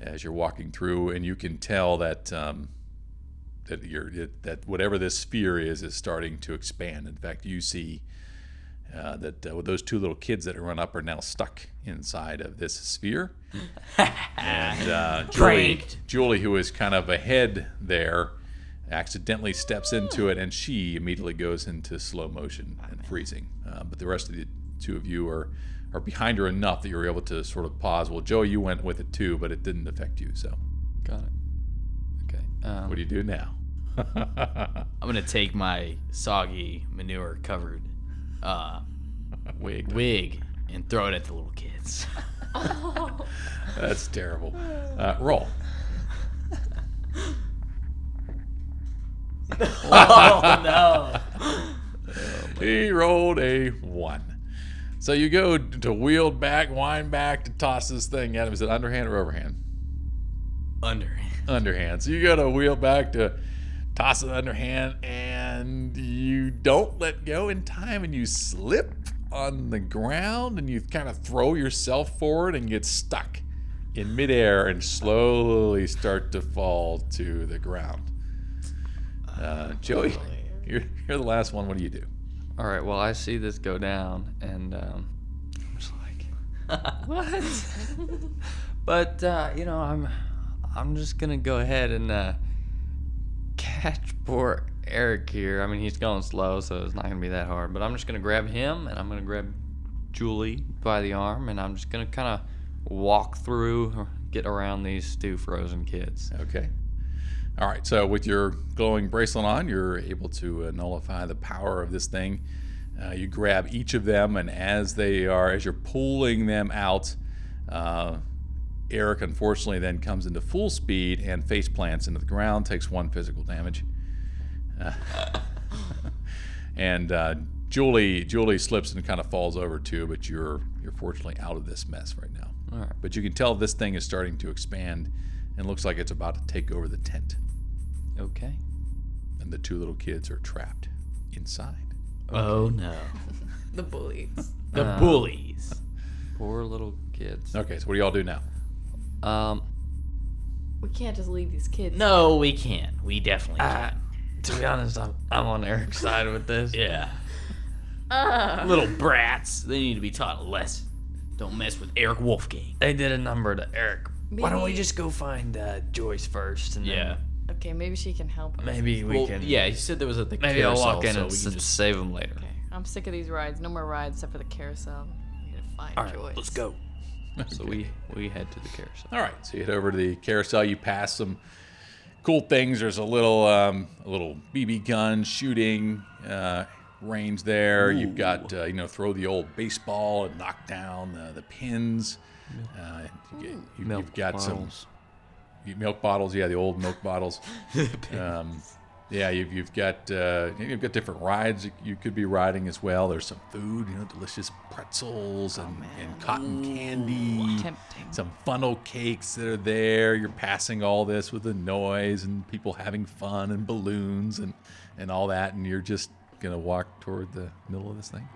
S2: as you're walking through, and you can tell that um, that you're that- that whatever this sphere is is starting to expand. In fact, you see uh, that uh, those two little kids that are run up are now stuck inside of this sphere. and uh, Julie,
S4: Pranked.
S2: Julie, who is kind of ahead there, accidentally steps into it, and she immediately goes into slow motion
S9: Oh,
S2: and freezing. Uh, but the rest of the two of you are are behind her enough that you're able to sort of pause. Well, Joey, you went with it too, but it didn't affect you. So,
S9: Got it. Okay. Um,
S2: what do you do now? *laughs*
S4: I'm gonna take my soggy manure covered uh,
S2: wig
S4: wig and throw it at the little kids. *laughs*
S2: That's terrible. Uh, roll.
S4: *laughs* oh no!
S2: *laughs* He rolled a one. So you go to wield back, wind back to toss this thing at him. Is it underhand or overhand?
S4: Under.
S2: underhand. So you got to wheel back to toss it underhand, and you don't let go in time, and you slip on the ground, and you kind of throw yourself forward and get stuck in midair, and slowly start to fall to the ground. Uh, Joey, you're, you're the last one. What do you do?
S9: All right. Well, I see this go down, and um, I'm just like, what? but uh, you know, I'm, I'm just gonna go ahead and uh, catch poor Eric here. I mean, he's going slow, so it's not gonna be that hard. But I'm just gonna grab him, and I'm gonna grab Julie by the arm, and I'm just gonna kind of walk through, or get around these two frozen kids.
S2: Okay. All right. So with your glowing bracelet on, you're able to uh, nullify the power of this thing. Uh, you grab each of them, and as they are, as you're pulling them out, uh, Eric unfortunately then comes into full speed and face plants into the ground, takes one physical damage, Uh, *laughs* and uh, Julie Julie slips and kind of falls over too. But you're you're fortunately out of this mess right now.
S9: All right.
S2: But you can tell this thing is starting to expand and looks like it's about to take over the tent.
S9: Okay.
S2: And the two little kids are trapped inside.
S4: Oh no!
S10: *laughs* The bullies.
S4: The
S9: Uh,
S4: bullies.
S9: Poor little kids.
S2: Okay, so what do y'all do now?
S9: Um,
S10: We can't just leave these kids.
S4: No, we can't. We definitely
S9: Uh, to be honest, I'm, I'm on Eric's side with this.
S4: can't. Yeah.
S10: Ah.
S4: Little brats. They need to be taught a lesson. Don't mess with Eric Wolfgang.
S9: They did a number to Eric. Why don't we
S10: Maybe-
S9: just go find uh, Joyce first, and
S4: Yeah.
S10: Okay, maybe she can help.
S9: then
S10: Us.
S9: maybe we
S4: Well,
S9: can.
S4: yeah, he said there was a the
S9: Maybe I'll walk in
S4: carousel,
S9: and
S4: so we
S9: s-
S4: can just
S9: save them later.
S10: Okay, I'm sick of these rides. No more rides except for the carousel. We need to find
S9: All right,
S10: Joyce.
S9: let's go. So we we head to the carousel.
S2: All right, so you head over to the carousel. You pass some cool things. There's a little, um, a little BB gun shooting uh, range there. You've got, uh, you know, throw the old baseball and knock down uh, the pins. Uh, you get- you, have got some
S9: bottles.
S10: *laughs*
S2: you- milk bottles. Yeah, the old milk bottles. um, Yeah, you've, you've got uh, you've got different rides you- you could be riding as well. There's some food, you know, delicious pretzels
S10: Oh,
S2: and, and cotton candy, some funnel cakes that are there. You're passing all this with the noise and people having fun and balloons and and all that, and you're just gonna walk toward the middle of this thing.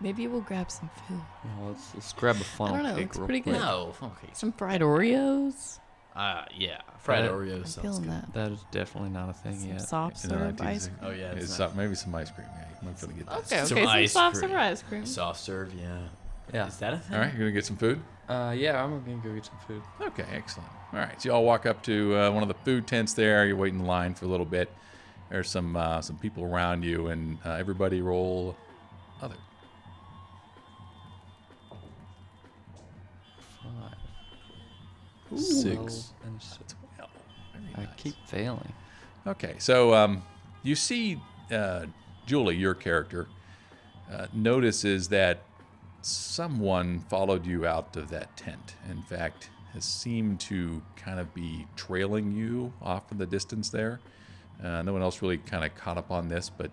S10: Maybe we'll grab some food.
S9: Well, let's, let's grab a
S10: I
S9: funnel
S10: don't know.
S9: cake
S10: It's
S9: real
S10: pretty
S9: quick.
S10: good.
S4: No, funnel cake.
S10: Some fried Oreos.
S4: Uh, yeah, fried
S9: That-
S4: Oreos
S10: I'm
S4: sounds
S10: feeling
S4: good.
S10: that.
S9: That is definitely not a thing
S10: Some
S9: yet.
S10: soft
S2: In the
S10: serve
S2: 1960s.
S10: ice cream.
S4: Oh, yeah,
S2: it's
S4: it's
S2: some- maybe some ice cream. Yeah, you might be able to get that.
S10: Okay, okay, some soft serve ice cream.
S4: Soft serve, yeah.
S9: Yeah.
S4: Is that a thing?
S2: All right, you're gonna get some food.
S9: Uh, yeah, I'm gonna go get some food.
S2: Okay, excellent. All right, so y'all walk up to uh, one of the food tents there. You're waiting in line for a little bit. There's some uh, some people around you, and uh, everybody roll other.
S9: Five.
S2: Six.
S9: And six. I keep failing.
S2: Okay, so um, you see uh, Julie, your character, uh, notices that someone followed you out of that tent. In fact, has seemed to kind of be trailing you off in the distance there. Uh, no one else really kind of caught up on this, but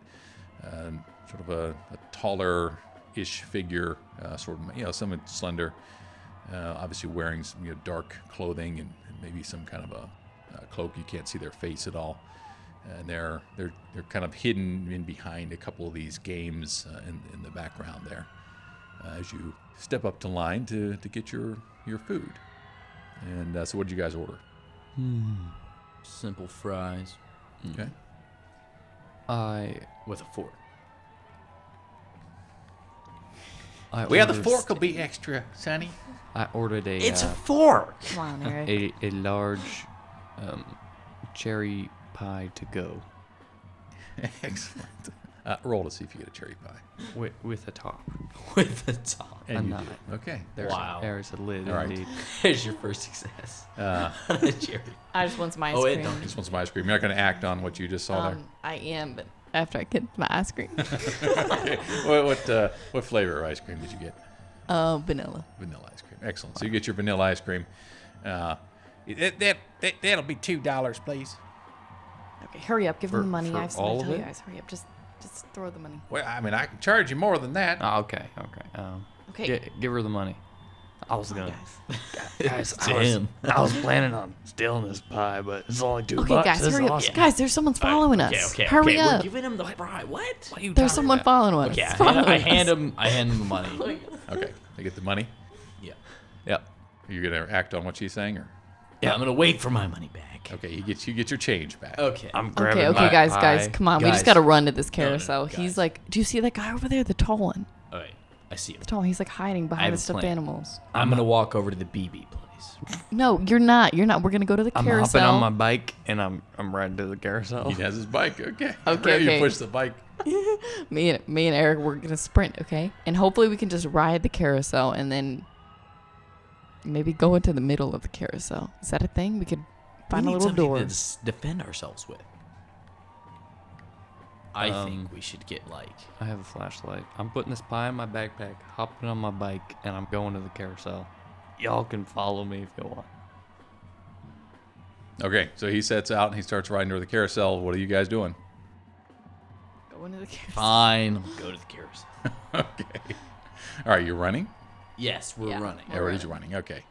S2: um, sort of a, a taller-ish figure, uh, sort of you know, somewhat slender, uh, obviously wearing some you know, dark clothing and, and maybe some kind of a uh, cloak. You can't see their face at all, and they're they're they're kind of hidden in behind a couple of these games uh, in in the background there. Uh, as you step up to line to to get your your food, and uh, so what did you guys order?
S9: Hmm.
S4: Simple fries
S2: Okay,
S9: I
S4: with a fork.
S9: I
S2: Well, the
S9: ordered-
S2: fork will be extra, Sonny.
S9: I ordered a.
S4: It's a
S9: uh,
S4: fork.
S10: Come on, Eric.
S9: a, a large um, cherry pie to go
S2: Excellent. Uh, roll to see if you get a cherry pie.
S9: with, with a top.
S4: *laughs* with a top.
S9: a
S2: And you
S9: nine.
S2: do. Okay.
S9: There's,
S4: Wow.
S9: There's a lid,
S2: All right.
S9: indeed.
S4: There's your first success. *laughs*
S2: Uh,
S4: Jerry.
S10: I just want some ice
S4: Oh, wait,
S10: cream.
S4: don't
S2: just want some ice cream. You're not going to act on what you just saw
S10: um, I am, but after I get my
S4: *laughs*
S10: ice cream.
S2: there. what what, uh, what flavor of ice cream did you get?
S10: Oh, vanilla.
S2: Vanilla ice cream. Excellent. So you get your vanilla ice cream. Uh, that, that, that, that'll be $2, please.
S10: Okay, hurry up. Give
S9: For-
S10: them the money.
S9: for
S10: I have something
S9: all
S10: to
S9: of
S10: tell you
S9: it?
S10: guys. Hurry up. Just, just throw the money.
S2: Well, I mean, I can charge you more than that.
S9: Oh, okay, okay. Um,
S10: Okay.
S9: gi- give her the money. I was
S10: Come on,
S9: gonna.
S10: guys.
S9: *laughs* Guys, I was,
S4: Damn.
S9: I was planning on stealing this pie, but it's only two
S10: Okay,
S9: bucks.
S10: guys,
S9: This is
S10: hurry up.
S9: awesome.
S10: Guys, there's someone's following
S4: okay,
S10: us.
S4: okay,
S10: hurry
S4: okay. We're
S10: up.
S4: giving him the fry. What? What are you
S10: There's
S4: talking
S10: someone
S4: about?
S10: following us.
S4: Okay, I hand,
S10: Follow
S4: I
S10: us.
S4: hand him. I hand him the
S10: *laughs*
S4: money.
S2: Okay. They get the money.
S4: yeah.
S2: Yep. Are you going to act on what she's saying? or
S4: Yeah, I'm gonna wait for my money back.
S2: Okay, you get, you get your change back.
S4: Okay.
S9: I'm grabbing
S10: Okay, okay,
S9: my
S10: guys,
S9: pie.
S10: guys, come on. We just
S4: Guys.
S10: gotta run to this
S4: no, no,
S10: carousel.
S4: guys.
S10: He's like, do you see that guy over there, the tall one?
S4: All right. I see him.
S10: The tall one. He's like
S4: I
S10: hiding
S4: have
S10: behind the
S4: a
S10: stuffed
S4: plan.
S10: animals.
S4: I'm gonna walk over to the BB place.
S10: No, you're not. You're not. We're gonna go to the
S9: I'm
S10: carousel.
S9: hopping on my bike and I'm I'm riding to the carousel.
S2: He has his bike. Okay.
S10: Okay,
S2: You
S10: okay.
S2: push the bike.
S10: me and me and Eric, we're gonna sprint, okay? And hopefully we can just ride the carousel and then maybe go into the middle of the carousel. Is that a thing? We could find
S4: we
S10: a
S4: need
S10: little
S4: something
S10: door.
S4: to s- defend ourselves with. I
S9: Um,
S4: think we should get like.
S9: I have a flashlight. I'm putting this pie in my backpack, hopping on my bike, and I'm going to the carousel. Y'all can follow me if you want.
S2: Okay, so he sets out and he starts riding toward the carousel. What are you guys doing? *laughs*
S10: Go into the carousel.
S4: Fine. I'll go to the
S12: *laughs*
S4: carousel.
S2: okay. All right, you're running.
S4: Yes, we're
S10: Yeah.
S4: running.
S2: Everybody's running. Okay.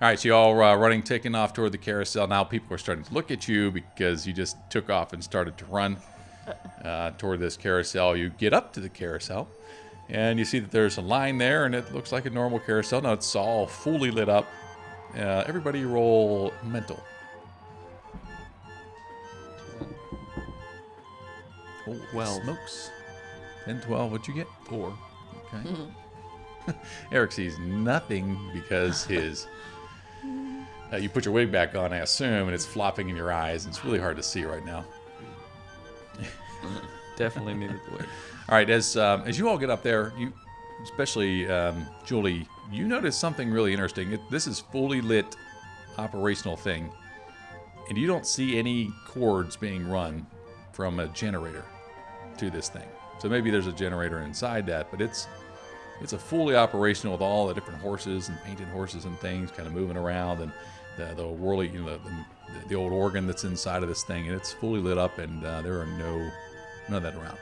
S2: All right, so y'all are uh, running, taking off toward the carousel. Now people are starting to look at you because you just took off and started to run uh, toward this carousel. You get up to the carousel, and you see that there's a line there, and it looks like a normal carousel. Now it's all fully lit up. Uh, everybody roll mental. Oh,
S9: Twelve.
S2: smokes. 10, 12. What'd you get? Four. Okay. *laughs* Eric sees nothing because his. Uh, you put your wig back on, I assume, and it's flopping in your eyes, and it's really hard to see right now.
S9: Definitely needed the wig.
S2: All right, as um, as you all get up there, you, especially um, Julie, you notice something really interesting. It, this is fully lit, operational thing, and you don't see any cords being run from a generator to this thing. So maybe there's a generator inside that, but it's it's a fully operational with all the different horses and painted horses and things kind of moving around, and the, the whirly, you know, the, the old organ that's inside of this thing, and it's fully lit up, and uh, there are no none of that around.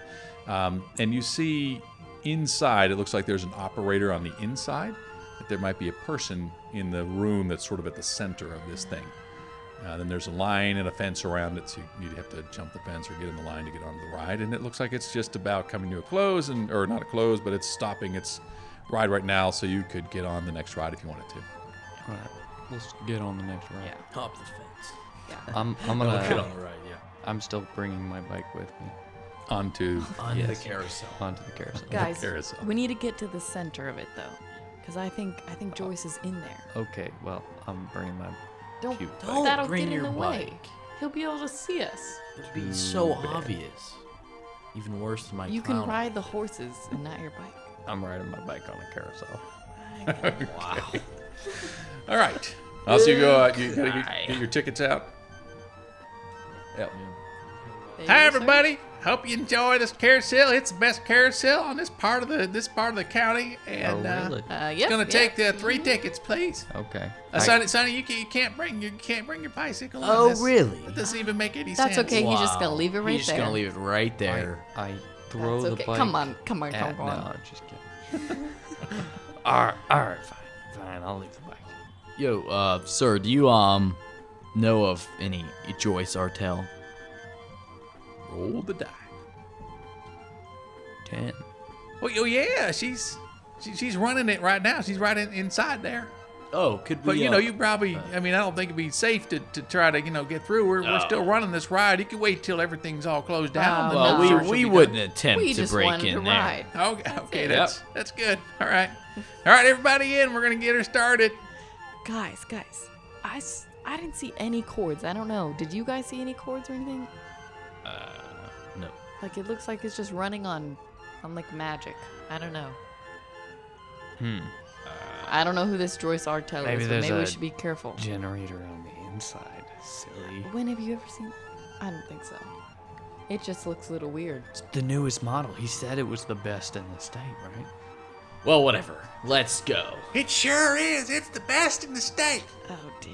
S2: Um, and you see inside, it looks like there's an operator on the inside, but there might be a person in the room that's sort of at the center of this thing. Uh, then there's a line and a fence around it, so you- you'd have to jump the fence or get in the line to get onto the ride. And it looks like it's just about coming to a close, and or not a close, but it's stopping its ride right now, so you could get on the next ride if you wanted to.
S9: All right, let's get on the next round.
S4: Yeah, up the fence. Yeah.
S9: I'm, I'm
S4: No,
S9: gonna
S4: get on the ride, yeah.
S9: I'm still bringing my bike with me.
S2: Onto
S4: Onto the carousel.
S9: Onto the carousel.
S10: Guys, we need to get to the center of it though, because I think I think Joyce is in there.
S9: Okay, well, I'm bringing my.
S10: Don't,
S9: cute
S10: don't
S9: bike.
S10: that'll get in the way. He'll be able to see us.
S4: It'd be so obvious. Even worse than my
S10: you can
S4: clown
S10: ride the horses and not your bike.
S9: I'm riding my bike on a carousel.
S2: Wow. All right. Uh, so you go out, you gotta
S9: Okay.
S2: get, get your tickets out. Yep.
S12: Hi everybody! Hope you enjoy this carousel. It's the best carousel on this part of the this part of the county, and
S9: Oh,
S12: uh,
S9: really?
S10: Uh,
S12: it's
S10: yep,
S12: gonna
S10: yep.
S12: take the 3 tickets, please.
S9: Okay.
S12: Uh,
S9: I-
S12: Sonny, Sonny, you, can, you can't bring you can't bring your bicycle. on
S4: Oh,
S12: this.
S4: really?
S12: That doesn't even make any
S10: That's
S12: sense.
S10: okay, he's just gonna leave it
S4: He's
S10: right
S4: just
S10: there.
S4: gonna leave it right there.
S9: I, throw
S10: That's
S9: the
S10: okay.
S9: bike.
S10: Come on, come on,
S9: at-
S10: come on.
S9: No, I'm just
S10: *laughs*
S9: kidding. *laughs* all right, all right, fine, fine. I'll leave the bike.
S4: Yo, uh, sir, do you um know of any Joyce Artel?
S2: Roll the die.
S9: Ten.
S12: Oh, oh, yeah, she's she, she's running it right now. She's right in, inside there.
S4: Oh, could
S12: But
S4: we?
S12: you
S4: uh,
S12: know, you probably. I mean, I don't think it'd be safe to, to try to you know get through. We're, we're
S4: No.
S12: still running this ride. You could wait till everything's all closed down. and
S4: well,
S12: then
S4: uh, we,
S12: search will be
S4: we
S12: done.
S4: wouldn't attempt to break in there.
S12: *laughs* Okay, okay,
S4: it.
S12: that's that's good. All right, all right, everybody in. We're gonna get her started.
S10: Guys, guys, I, s- I didn't see any cords. I don't know. Did you guys see any cords or anything?
S4: Uh, no.
S10: Like it looks like it's just running on, on like magic. I don't know.
S9: Hmm.
S10: I don't know who this Joyce Artel
S9: Maybe
S10: is, but
S9: there's
S10: maybe
S9: a
S10: we should be careful.
S9: Generator on the inside. Silly.
S10: When have you ever seen? I don't think so. It just looks a little weird.
S9: The newest model. He said it was the best in the state, right?
S4: Well, whatever. Let's go.
S12: It sure is. It's the best in the state.
S10: Oh dear.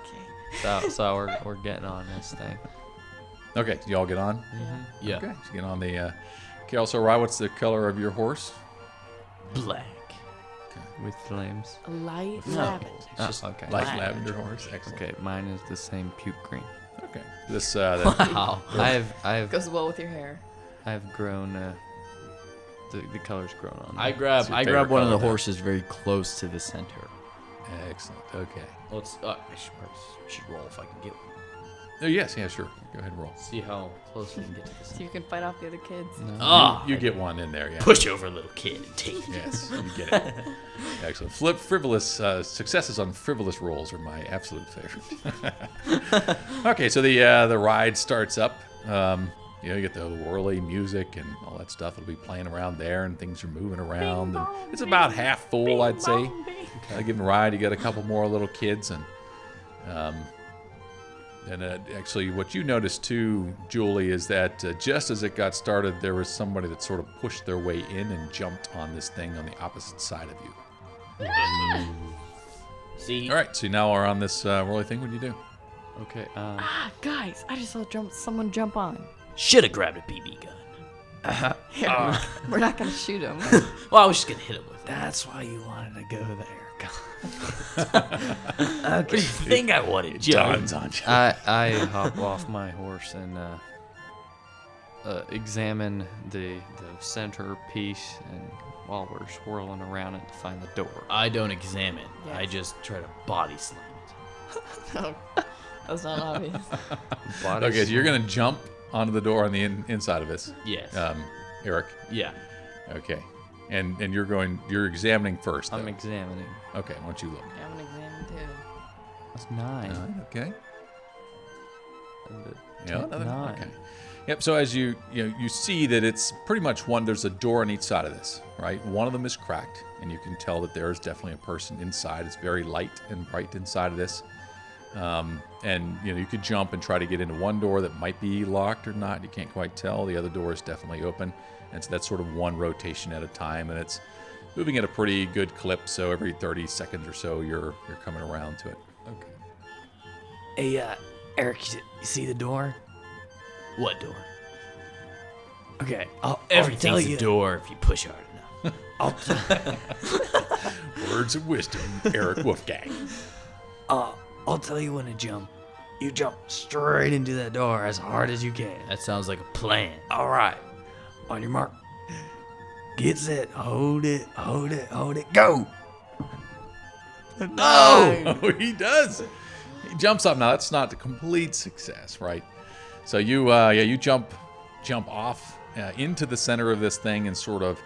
S10: Okay.
S9: So, so we're, we're getting on this thing.
S2: Okay, you all get on.
S9: Mhm.
S4: Yeah.
S2: Okay, so you get on the uh, carousel ride. What's the color of your horse?
S4: Black.
S9: With flames.
S10: Light
S4: No.
S10: lavender.
S4: It's
S9: Ah,
S4: just
S9: okay.
S2: Light lavender horse. Excellent.
S9: Okay, mine is the same puke green.
S2: Okay. This. Uh,
S4: *laughs*
S2: the-
S9: Wow. I have I have
S10: Goes well with your hair.
S9: I have grown. Uh, the the color's grown on.
S4: I
S9: me.
S4: grab
S9: It's your
S4: I grab
S9: favorite
S4: one of the
S9: color.
S4: horses very close to the center.
S2: Excellent. Okay.
S4: Let's. Uh, I should, probably- should roll if I can get one.
S2: Oh, yes. Yeah. Sure. Go ahead and roll.
S4: See how close we can get to the
S10: So
S4: center.
S10: you can fight off the other kids.
S4: Ah,
S2: you, you get one in there. Yeah.
S4: Push over, little kid, and take it.
S2: Yes, you get it. Excellent. Flip frivolous uh, successes on frivolous rolls are my absolute favorite. *laughs* okay, so the uh, the ride starts up. Um, you know, you get the whirly music and all that stuff. It'll be playing around there, and things are moving around. and Um, it's about half full, I'd say. Uh, give 'em a ride. You get a couple more little kids, and um, and uh, actually, what you noticed too, Julie, is that uh, just as it got started, there was somebody that sort of pushed their way in and jumped on this thing on the opposite side of you.
S4: See.
S2: All right, so now we're on this uh, rolly thing. What do you do?
S9: Okay. Um,
S10: Ah, guys, I just saw jump someone jump on.
S4: Should have grabbed a BB gun.
S10: Here, We're not gonna shoot him.
S4: Well, I was just gonna hit him with it.
S9: that's why you wanted to go there. *laughs*
S4: What do you think I wanted, Joe?
S2: on you.
S9: I I hop off my horse and uh, uh, examine the the centerpiece, and while we're swirling around it to find the door.
S4: I don't examine. I
S10: Yes.
S4: just try to body slam it.
S10: No, that's not obvious.
S9: Body
S2: Okay, so you're gonna jump onto the door on the in- inside of us,
S4: Yes.
S2: um, Eric.
S4: yeah.
S2: Okay, and and you're going, you're examining first.
S9: I'm
S2: though.
S9: examining.
S2: okay, why don't you look?
S10: I'm gonna examine too.
S9: That's nine.
S2: Nine, okay.
S9: And the
S2: Yeah,
S9: ten-
S2: another-
S9: nine.
S2: okay. Yep. So as you you know, you see that it's pretty much one. There's a door on each side of this, right? One of them is cracked, and you can tell that there is definitely a person inside. It's very light and bright inside of this. Um, and you know you could jump and try to get into one door that might be locked or not. You can't quite tell. The other door is definitely open, and so that's sort of one rotation at a time, and it's moving at a pretty good clip. So every 30 seconds or so, you're you're coming around to it.
S9: Okay. Hey, uh, Eric, you see the door?
S4: What door?
S9: Okay, I'll, I'll tell
S4: Everything's
S9: you.
S4: a door if you push hard enough.
S2: Words of wisdom,
S9: *laughs*
S2: Eric Wolfgang.
S9: Uh, I'll tell you when to jump. You jump straight into that door as hard as you can.
S4: That sounds like a plan.
S9: All right. On your mark. Get set. Hold it. Hold it. Hold it. Go.
S2: No! Oh, he does. He jumps up. Now that's not a complete success, right? So you, uh, yeah, you jump, jump off uh, into the center of this thing and sort of.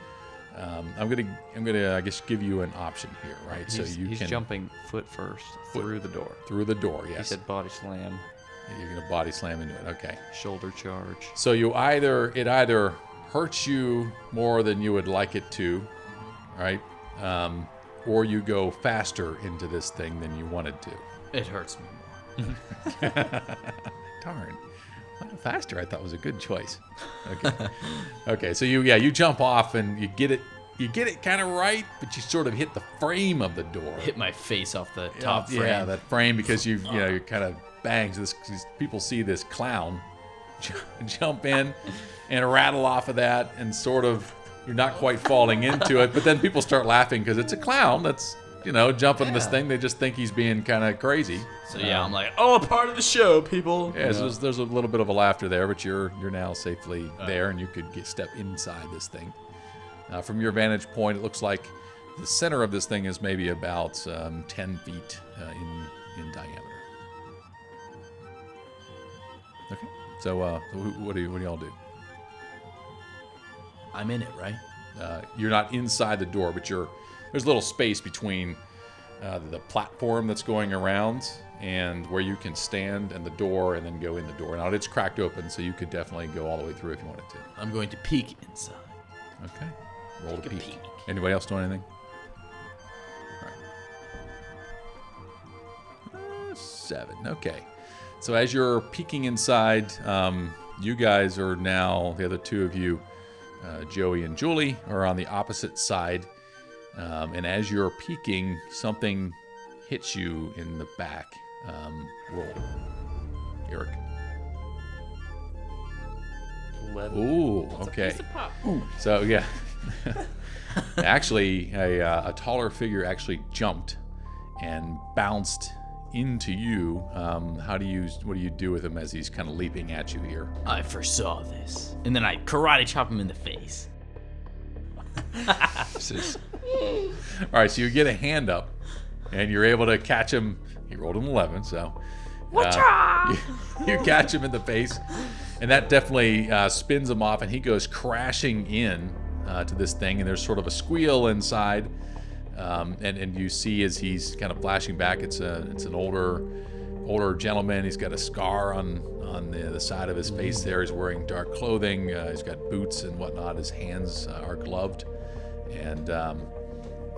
S2: Um, I'm gonna, I'm gonna, I guess, give you an option here, right? so
S9: He's-
S2: you
S9: he's
S2: can
S9: jumping foot first through the door.
S2: Through the door, yes.
S9: He said body slam.
S2: You're gonna body slam into it. Okay.
S9: Shoulder charge.
S2: So you either it either hurts you more than you would like it to, right? Um, or you go faster into this thing than you wanted to.
S4: It hurts me more.
S2: Darn. Well, Faster, I thought was a good choice. Okay. *laughs* okay. So you, yeah, you jump off and you get it, you get it kind of right, but you sort of hit the frame of the door.
S4: Hit my face off the top
S2: yeah,
S4: frame.
S2: Yeah, that frame because you, you know, you kind of bangs. This 'cause people see this clown *laughs* ju- jump in and rattle off of that, and sort of you're not quite falling into it, but then people start laughing because it's a clown that's you know jumping this
S4: Yeah.
S2: thing. They just think he's being kind of crazy.
S4: So yeah,
S2: Um,
S4: I'm like, oh, a part of the show, people.
S2: yeah, so
S4: You know.
S2: there's, there's a little bit of a laughter there, but you're you're now safely there, and you could get, step inside this thing. Uh, from your vantage point, it looks like the center of this thing is maybe about um, 10 feet uh, in in diameter. Okay, so uh, so wh- what do you, what do y'all do?
S4: I'm in it, right?
S2: Uh, you're not inside the door, but you're there's a little space between uh, the platform that's going around and where you can stand and the door, and then go in the door. Now it's cracked open, so you could definitely go all the way through if you wanted to.
S4: I'm going to peek inside.
S2: Okay. Roll to
S4: Take a
S2: peek.
S4: peek.
S2: Anybody else doing anything? Uh, Seven. Okay. So as you're peeking inside, um, you guys are now the other two of you, uh, Joey and Julie, are on the opposite side. Um, and as you're peeking, something hits you in the back. Um, roll, Eric. Ooh, okay.
S10: piece of pop.
S2: So yeah, *laughs* actually, a, uh, a taller figure actually jumped and bounced into you. Um, how do you? What do you do with him as he's kind of leaping at you here?
S4: I foresaw this, and then I karate chop him in the face.
S2: All right, so you get a hand up, and you're able to catch him. He rolled an eleven, so uh, *laughs* you, you catch him in the face, and that definitely uh, spins him off, and he goes crashing in uh, to this thing, and there's sort of a squeal inside, um, and and you see as he's kind of flashing back, it's a it's an older older gentleman. He's got a scar on on the, the side of his face. There, he's wearing dark clothing. Uh, he's got boots and whatnot. His hands uh, are gloved, and um,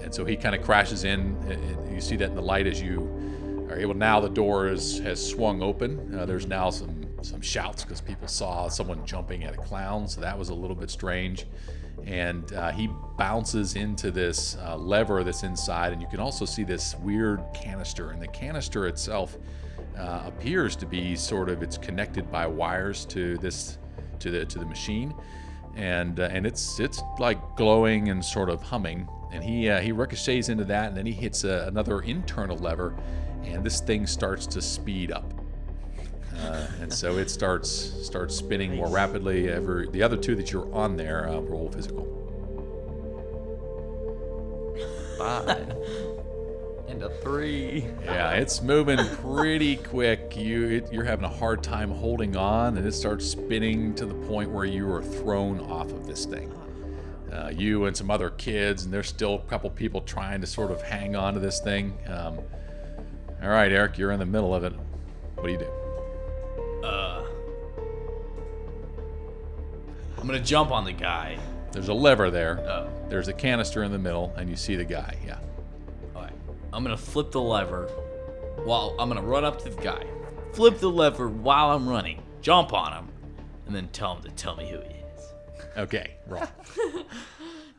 S2: and so he kind of crashes in. and- and You see that in the light as you are able. Now the door is, has swung open. Uh, there's now some some shouts because people saw someone jumping at a clown, so that was a little bit strange. And uh, he bounces into this uh, lever that's inside, and you can also see this weird canister. And the canister itself uh, appears to be sort of it's connected by wires to this to the to the machine and uh, and it's it's like glowing and sort of humming. And he uh, he ricochets into that, and then he hits uh, another internal lever, and this thing starts to speed up. Uh, and so it starts starts spinning more rapidly. Ever the other two that you're on there uh, roll physical.
S9: Five. and a three.
S2: Yeah, it's moving pretty quick. You it, you're having a hard time holding on, and it starts spinning to the point where you are thrown off of this thing. Uh, you and some other kids, and there's still a couple people trying to sort of hang on to this thing. Um, all right, Eric, you're in the middle of it. What do you do?
S4: Uh, I'm gonna jump on the guy.
S2: There's a lever there.
S4: Oh.
S2: There's a canister in the middle, and you see the guy. Yeah.
S4: All right, I'm gonna flip the lever. While I'm gonna run up to the guy, flip the lever while I'm running, jump on him, and then tell him to tell me who he is.
S2: Okay. Roll.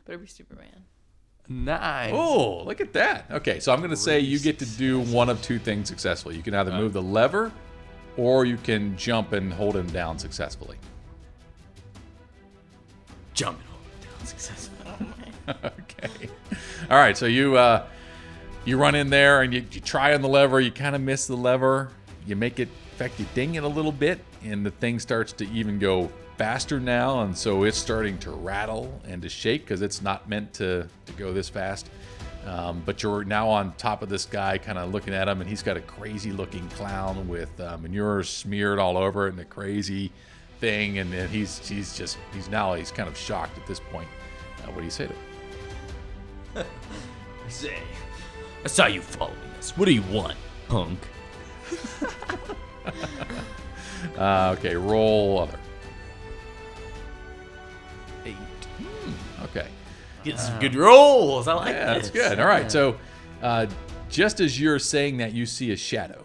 S10: Better be Superman.
S9: Nine.
S2: Oh, look at that. Okay, so I'm going to say you get to do one of two things successfully. You can either move the lever or you can jump and hold him down successfully.
S4: Jump and hold him down successfully.
S2: *laughs* okay. All right, so you uh, you run in there and you, you try on the lever. You kind of miss the lever. You make it, in fact, you ding it a little bit, and the thing starts to even go faster now, and so it's starting to rattle and to shake because it's not meant to to go this fast. Um, but you're now on top of this guy, kind of looking at him, and he's got a crazy-looking clown with uh, manure smeared all over it and a crazy thing, and then he's he's just he's now he's kind of shocked at this point. Uh, what do you say to him?
S4: Say, I saw you following us. What do you want, punk?
S2: Uh, okay, roll other.
S4: Eight.
S2: Okay.
S4: Get some good rolls. I like
S2: Uh, yeah, that's
S4: this.
S2: good. All right,
S4: Yeah.
S2: so uh, just as you're saying that, you see a shadow,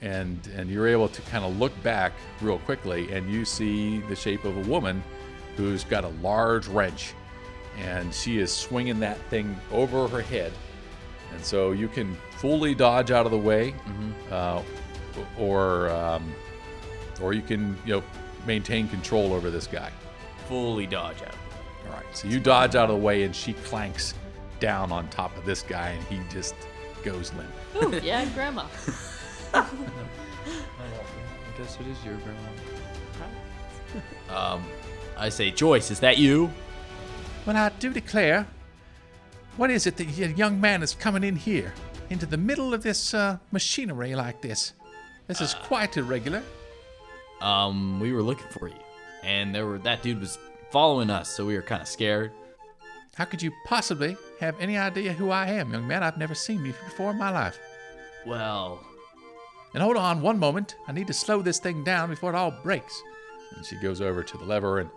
S2: and and you're able to kind of look back real quickly, and you see the shape of a woman who's got a large wrench, and she is swinging that thing over her head, and so you can fully dodge out of the way, uh, or um, or you can you know maintain control over this guy.
S4: Fully dodge out.
S2: All right, so you dodge out of the way, and she clanks down on top of this guy, and he just goes limp.
S10: Ooh, yeah, grandma.
S9: I guess it is your grandma.
S4: Um, I say, Joyce, is that you?
S12: Well, I do declare, what is it that your young man is coming in here, into the middle of this uh, machinery like this? This
S2: Ah.
S12: is quite irregular.
S4: Um, we were looking for you, and there were that dude was following us, so we were kind of scared.
S12: How could you possibly have any idea who I am, young man? I've never seen you before in my life.
S4: Well,
S12: And hold on one moment. I need to slow this thing down before it all breaks.
S2: And she goes over to the lever and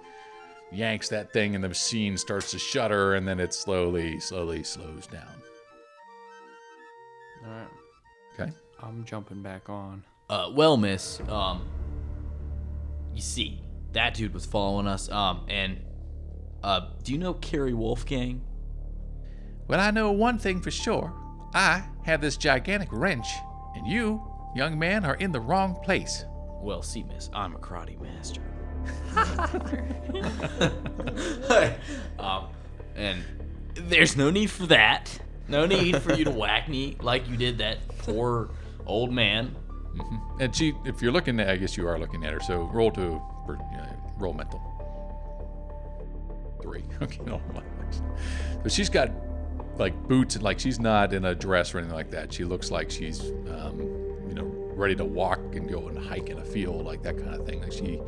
S2: yanks that thing, and the machine starts to shudder, and then it slowly, slowly slows down.
S9: All right.
S2: Okay.
S9: I'm jumping back on.
S4: uh, well, miss, um, you see, that dude was following us, um, and, uh, do you know Carrie Wolfgang?
S12: Well, I know one thing for sure. I have this gigantic wrench, and you, young man, are in the wrong place.
S4: Well, see, miss, I'm a karate *laughs* master. um, and there's no need for that. No need for you to whack me like you did that poor old man.
S2: And she, if you're looking at, I guess you are looking at her. So roll to per- uh, roll mental. Three. *laughs* Okay, no. So she's got like boots and like she's not in a dress or anything like that. She looks like she's, um, you know, ready to walk and go and hike in a field, like that kind of thing. Like she,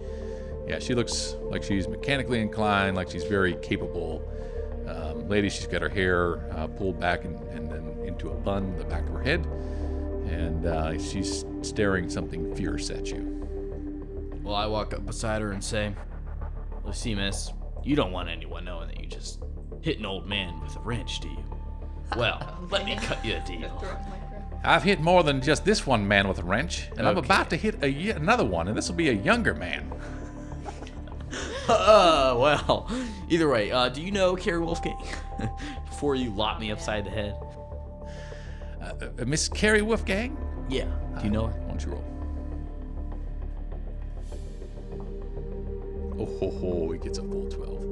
S2: yeah, she looks like she's mechanically inclined, like she's very capable. Um, lady, she's got her hair uh, pulled back and, and then into a bun in the back of her head and uh, she's staring something fierce at you.
S4: Well, I walk up beside her and say, Well, see, miss, you don't want anyone knowing that you just hit an old man with a wrench, do you? Well, let me cut you a deal.
S2: I've hit more than just this one man with a wrench, and I'm
S4: Okay.
S2: about to hit a, ye- another one, and this will be a younger man.
S4: *laughs* Uh, well, either way, uh, do you know Carrie Wolfgang? *laughs* Before you lop me upside the head.
S2: Uh, uh, Miss Carrie Wolfgang?
S4: Yeah. Do you know her?
S2: Why don't you roll? Oh, ho, ho, he gets a full 12.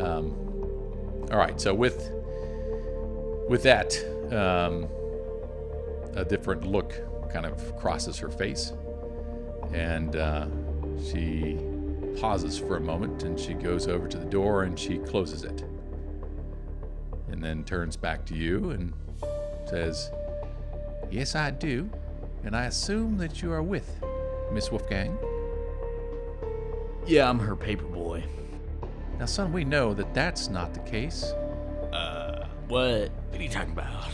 S2: Um, all right, so with with that, um, a different look kind of crosses her face, and uh, she pauses for a moment, and she goes over to the door and she closes it, and then turns back to you and says,
S12: Yes, I do, and I assume that you are with Miss Wolfgang.
S4: Yeah, I'm her paper boy.
S12: Now, son, we know that that's not
S4: *laughs*
S12: the case.
S4: Uh, what? What are you talking about?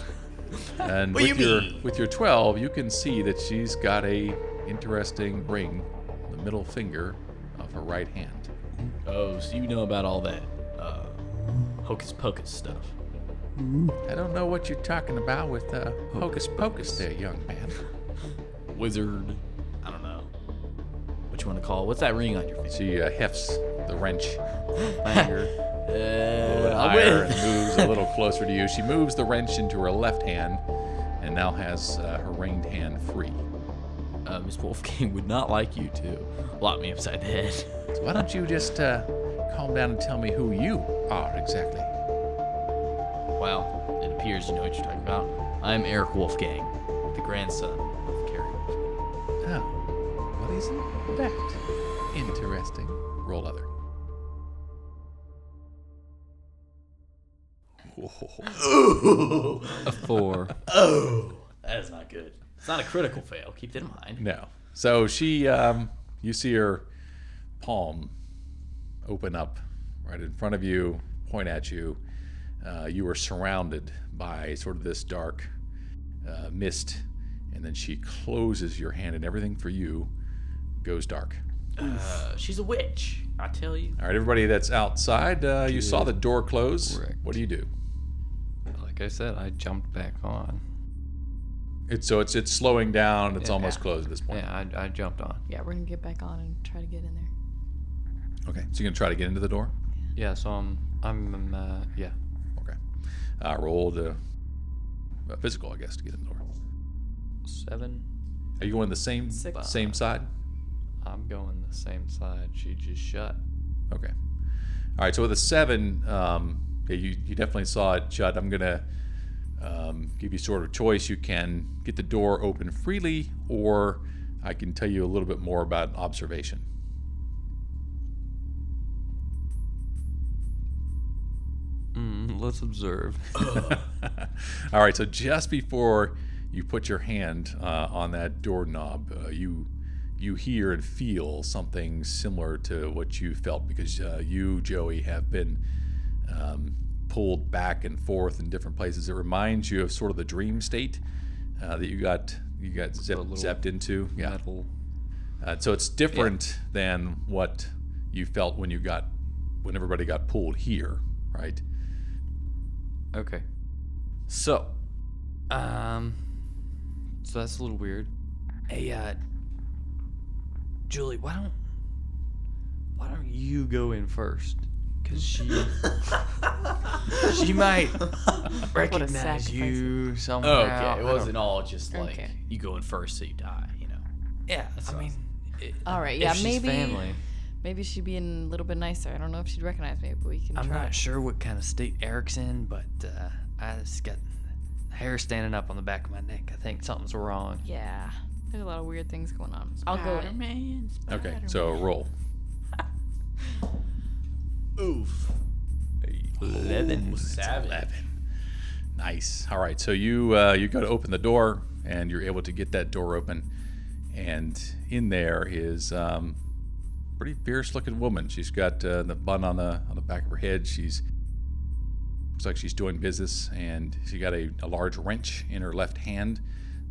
S2: And
S4: What do
S2: with
S4: you
S2: your
S4: mean?
S2: with your twelve, you can see that she's got a interesting ring, on the middle finger of her right hand.
S4: *laughs* Oh, so you know about all that, uh, hocus pocus stuff.
S12: I don't know what you're talking about with uh, hocus pocus there, young man.
S4: Wizard. I don't know. *laughs* What you want to call it? What's that ring on your finger?
S2: She uh, hefts the wrench
S9: Finger.
S2: little higher and moves a little closer to you. She moves the wrench into her left hand and now has uh, her ringed hand free.
S4: *laughs* Uh, Miss Wolfgang would not like you to lock me upside the head. *laughs*
S2: So why don't you just uh, calm down and tell me who you are exactly?
S4: Well, it appears you know what you're talking about. I'm Eric Wolfgang, the grandson of Carrie.
S2: Oh, what is that? Interesting. Roll other.
S4: Ooh.
S2: A four.
S4: *laughs* Oh, that is not good. It's not a critical fail. Keep that in mind.
S2: No. So she, um, you see her palm open up right in front of you, point at you. Uh, you are surrounded by sort of this dark uh, mist, and then she closes your hand, and everything for you goes dark.
S4: Uh, she's a witch, I tell you.
S2: All right, everybody that's outside, uh, you saw the door close. What do you do?
S9: Like I said, I jumped back on.
S2: It's so it's it's slowing down. It's almost closed at this point.
S9: Yeah, I, I jumped on.
S10: *laughs* Yeah, we're gonna get back on and try to get in there.
S2: Okay, so you're gonna try to get into the door.
S9: Yeah, so I'm I'm um, uh, yeah.
S2: Uh, roll the uh, physical, I guess, to get in the door.
S9: Seven.
S2: Are you going the same
S9: Six.
S2: same side?
S9: I'm going the same side. She just shut.
S2: Okay. All right. So with a seven, um, yeah, you you definitely saw it shut. I'm gonna um, give you sort of choice. You can get the door open freely, or I can tell you a little bit more about observation.
S9: Mm, let's *laughs* observe.
S2: All right, so just before you put your hand uh, on that doorknob, uh, you you hear and feel something similar to what you felt because uh, you, Joey, have been um, pulled back and forth in different places. It reminds you of sort of the dream state uh, that you got you got zip, zapped into. Yeah. Uh, so it's different than what you felt when you got when everybody got pulled here, right?
S9: Okay. So, um, so that's a little weird. Hey, uh, Julie, why don't why don't you go in first? Cause she she might recognize you somehow. I
S4: okay, it
S9: don't-
S4: wasn't all just like
S10: Okay.
S4: you go in first so you die, you know.
S9: Yeah,
S4: I mean,
S10: All right,
S9: if
S10: yeah,
S9: she's
S10: maybe
S9: family.
S10: maybe she'd be in a little bit nicer. I don't know if she'd recognize me, but we can
S9: I'm
S10: try.
S9: not sure what kind of state Eric's in, but uh, I just got hair standing up on the back of my neck. I think something's wrong.
S10: Yeah, there's a lot of weird things going on. I'll go in.
S2: Okay, so roll.
S4: Oof.
S2: 11.
S4: Savage.
S2: 11. Nice. All right. So you uh, you go to open the door, and you're able to get that door open, and in there is um, pretty fierce-looking woman. She's got uh, the bun on the on the back of her head. She's looks like she's doing business, and she got a, a large wrench in her left hand.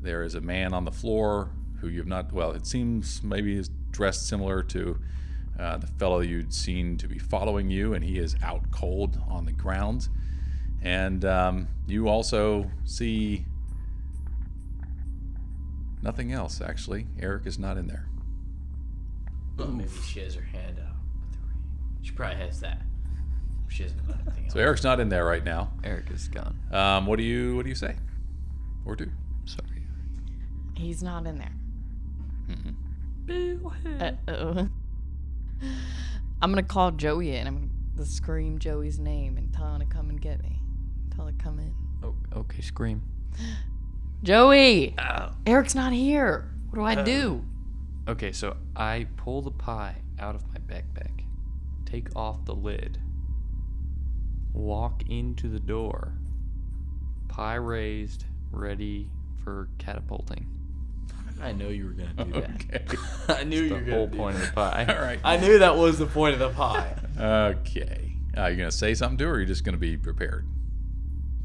S2: There is a man on the floor who you've not. Well, it seems maybe is dressed similar to uh, the fellow you'd seen to be following you, and he is out cold on the ground. And um, you also see nothing else, actually. Eric is not in there.
S4: Well, maybe she has her hand out with the ring. She probably has that. She hasn't got anything
S9: *laughs*
S4: else.
S2: So Eric's not in there right now.
S9: Eric is gone.
S2: Um, what do you What do you say? Or do?
S9: Sorry.
S10: He's not in there.
S2: Mm-mm.
S10: Boo. Uh oh. *laughs* I'm gonna call Joey in. I'm gonna scream Joey's name and tell him to come and get me. Tell her to come in.
S9: Oh, okay, scream.
S10: Joey. Eric's not here. What do I do?
S9: Okay, so I pull the pie out of my backpack, take off the lid, walk into the door, pie raised, ready for catapulting.
S4: I know you were gonna do
S2: Okay. *laughs*
S4: that. *laughs* I knew you were
S9: the
S4: gonna
S9: whole
S4: do
S9: point of
S4: *laughs* that.
S9: the pie.
S2: All right.
S4: I knew that was the point of the pie.
S2: Okay. Uh, you're gonna say something to her, or you're just gonna be prepared?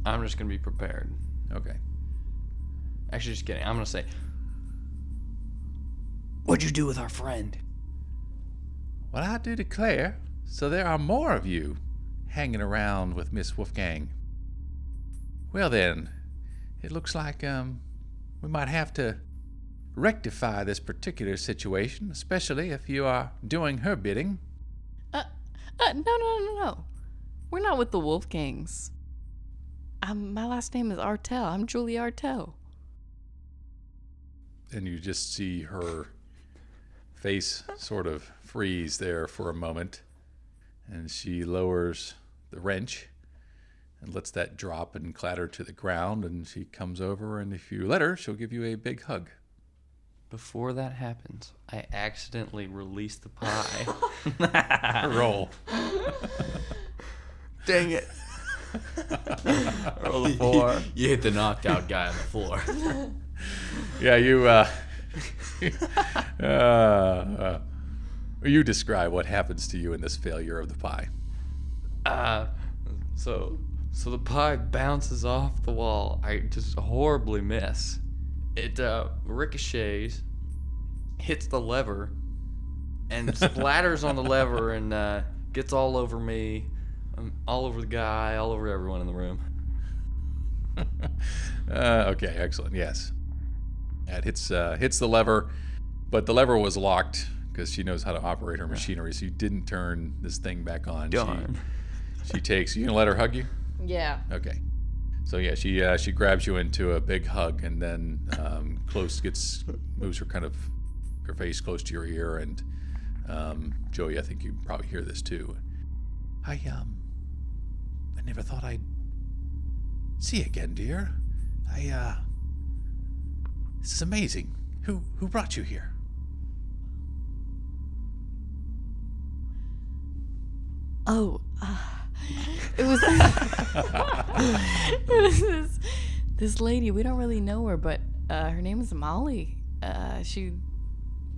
S9: I'm just gonna be prepared.
S2: Okay.
S9: Actually, just kidding. I'm gonna say, "What'd you do with our friend?"
S12: Well, I do declare.
S2: So there are more of you hanging around with Miss Wolfgang. Well then, it looks like um, we might have to rectify this particular situation, especially if you are doing her bidding.
S10: Uh, no, no, no, no, no. We're not with the Wolfgangs. I'm, my last name is Artell. I'm Julie Artell.
S2: and you just see her face sort of freeze there for a moment and she lowers the wrench and lets that drop and clatter to the ground and she comes over and if you let her she'll give you a big hug
S9: Before that happens, I accidentally release the pie.
S2: Roll.
S9: Dang it.
S4: Roll a
S9: *laughs*
S4: four. you hit the knocked out guy on the *laughs* floor.
S2: yeah you uh, *laughs* uh, uh, you describe what happens to you in this failure of the pie
S9: Uh, so, so the pie bounces off the wall. I just horribly miss. It uh, ricochets, hits the lever, and splatters on the lever and uh, gets all over me, um, all over the guy, all over everyone in the room.
S2: Uh, okay, excellent. Yes, it hits uh, hits the lever, but the lever was locked because she knows how to operate her machinery. So you didn't turn this thing back on. She-
S9: Darn.
S2: She, takes. You gonna let her hug you?
S10: Yeah.
S2: Okay. So yeah, she uh, she grabs you into a big hug, and then um, close gets moves her kind of her face close to your ear, and um, Joey, I think you probably hear this too. I um I never thought I'd see you again, dear. I uh This is amazing. Who who brought you here?
S10: Oh, uh, it was *laughs* it was this this lady. We don't really know her, but uh, her name is Molly. Uh, she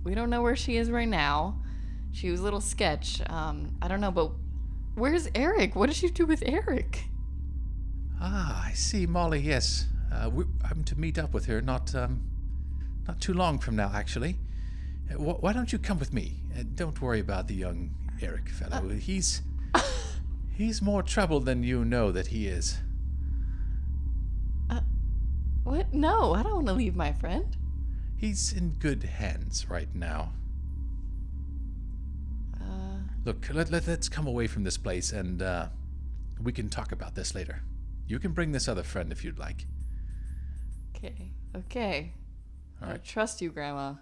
S10: we don't know where she is right now. She was a little sketch. Um, I don't know, but where's Eric? What did you do with Eric?
S1: Ah, I see, Molly. Yes, uh, we, I'm to meet up with her not um, not too long from now, actually. Uh, wh- why don't you come with me? Uh, don't worry about the young Eric fellow. he's he's more trouble than you know that he is.
S10: What? No, I don't want to leave my friend.
S1: He's in good hands right now. Look, let, let, let's come away from this place and uh, we can talk about this later. You can bring this other friend if you'd like.
S10: Okay, okay.
S1: All
S10: I trust you, Grandma.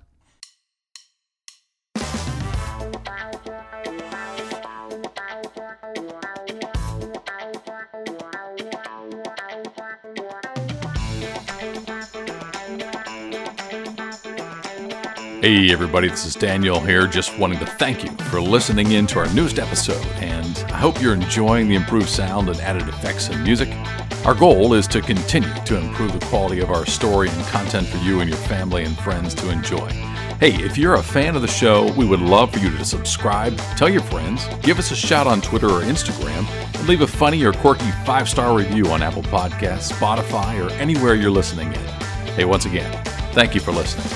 S2: Hey, everybody, this is Daniel here, just wanting to thank you for listening in to our newest episode, and I hope you're enjoying the improved sound and added effects and music. Our goal is to continue to improve the quality of our story and content for you and your family and friends to enjoy. Hey, if you're a fan of the show, we would love for you to subscribe, tell your friends, give us a shout on Twitter or Instagram, and leave a funny or quirky five star review on Apple Podcasts, Spotify, or anywhere you're listening in. Hey, once again, thank you for listening.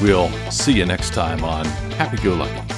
S2: We'll see you next time on Happy Go Lucky.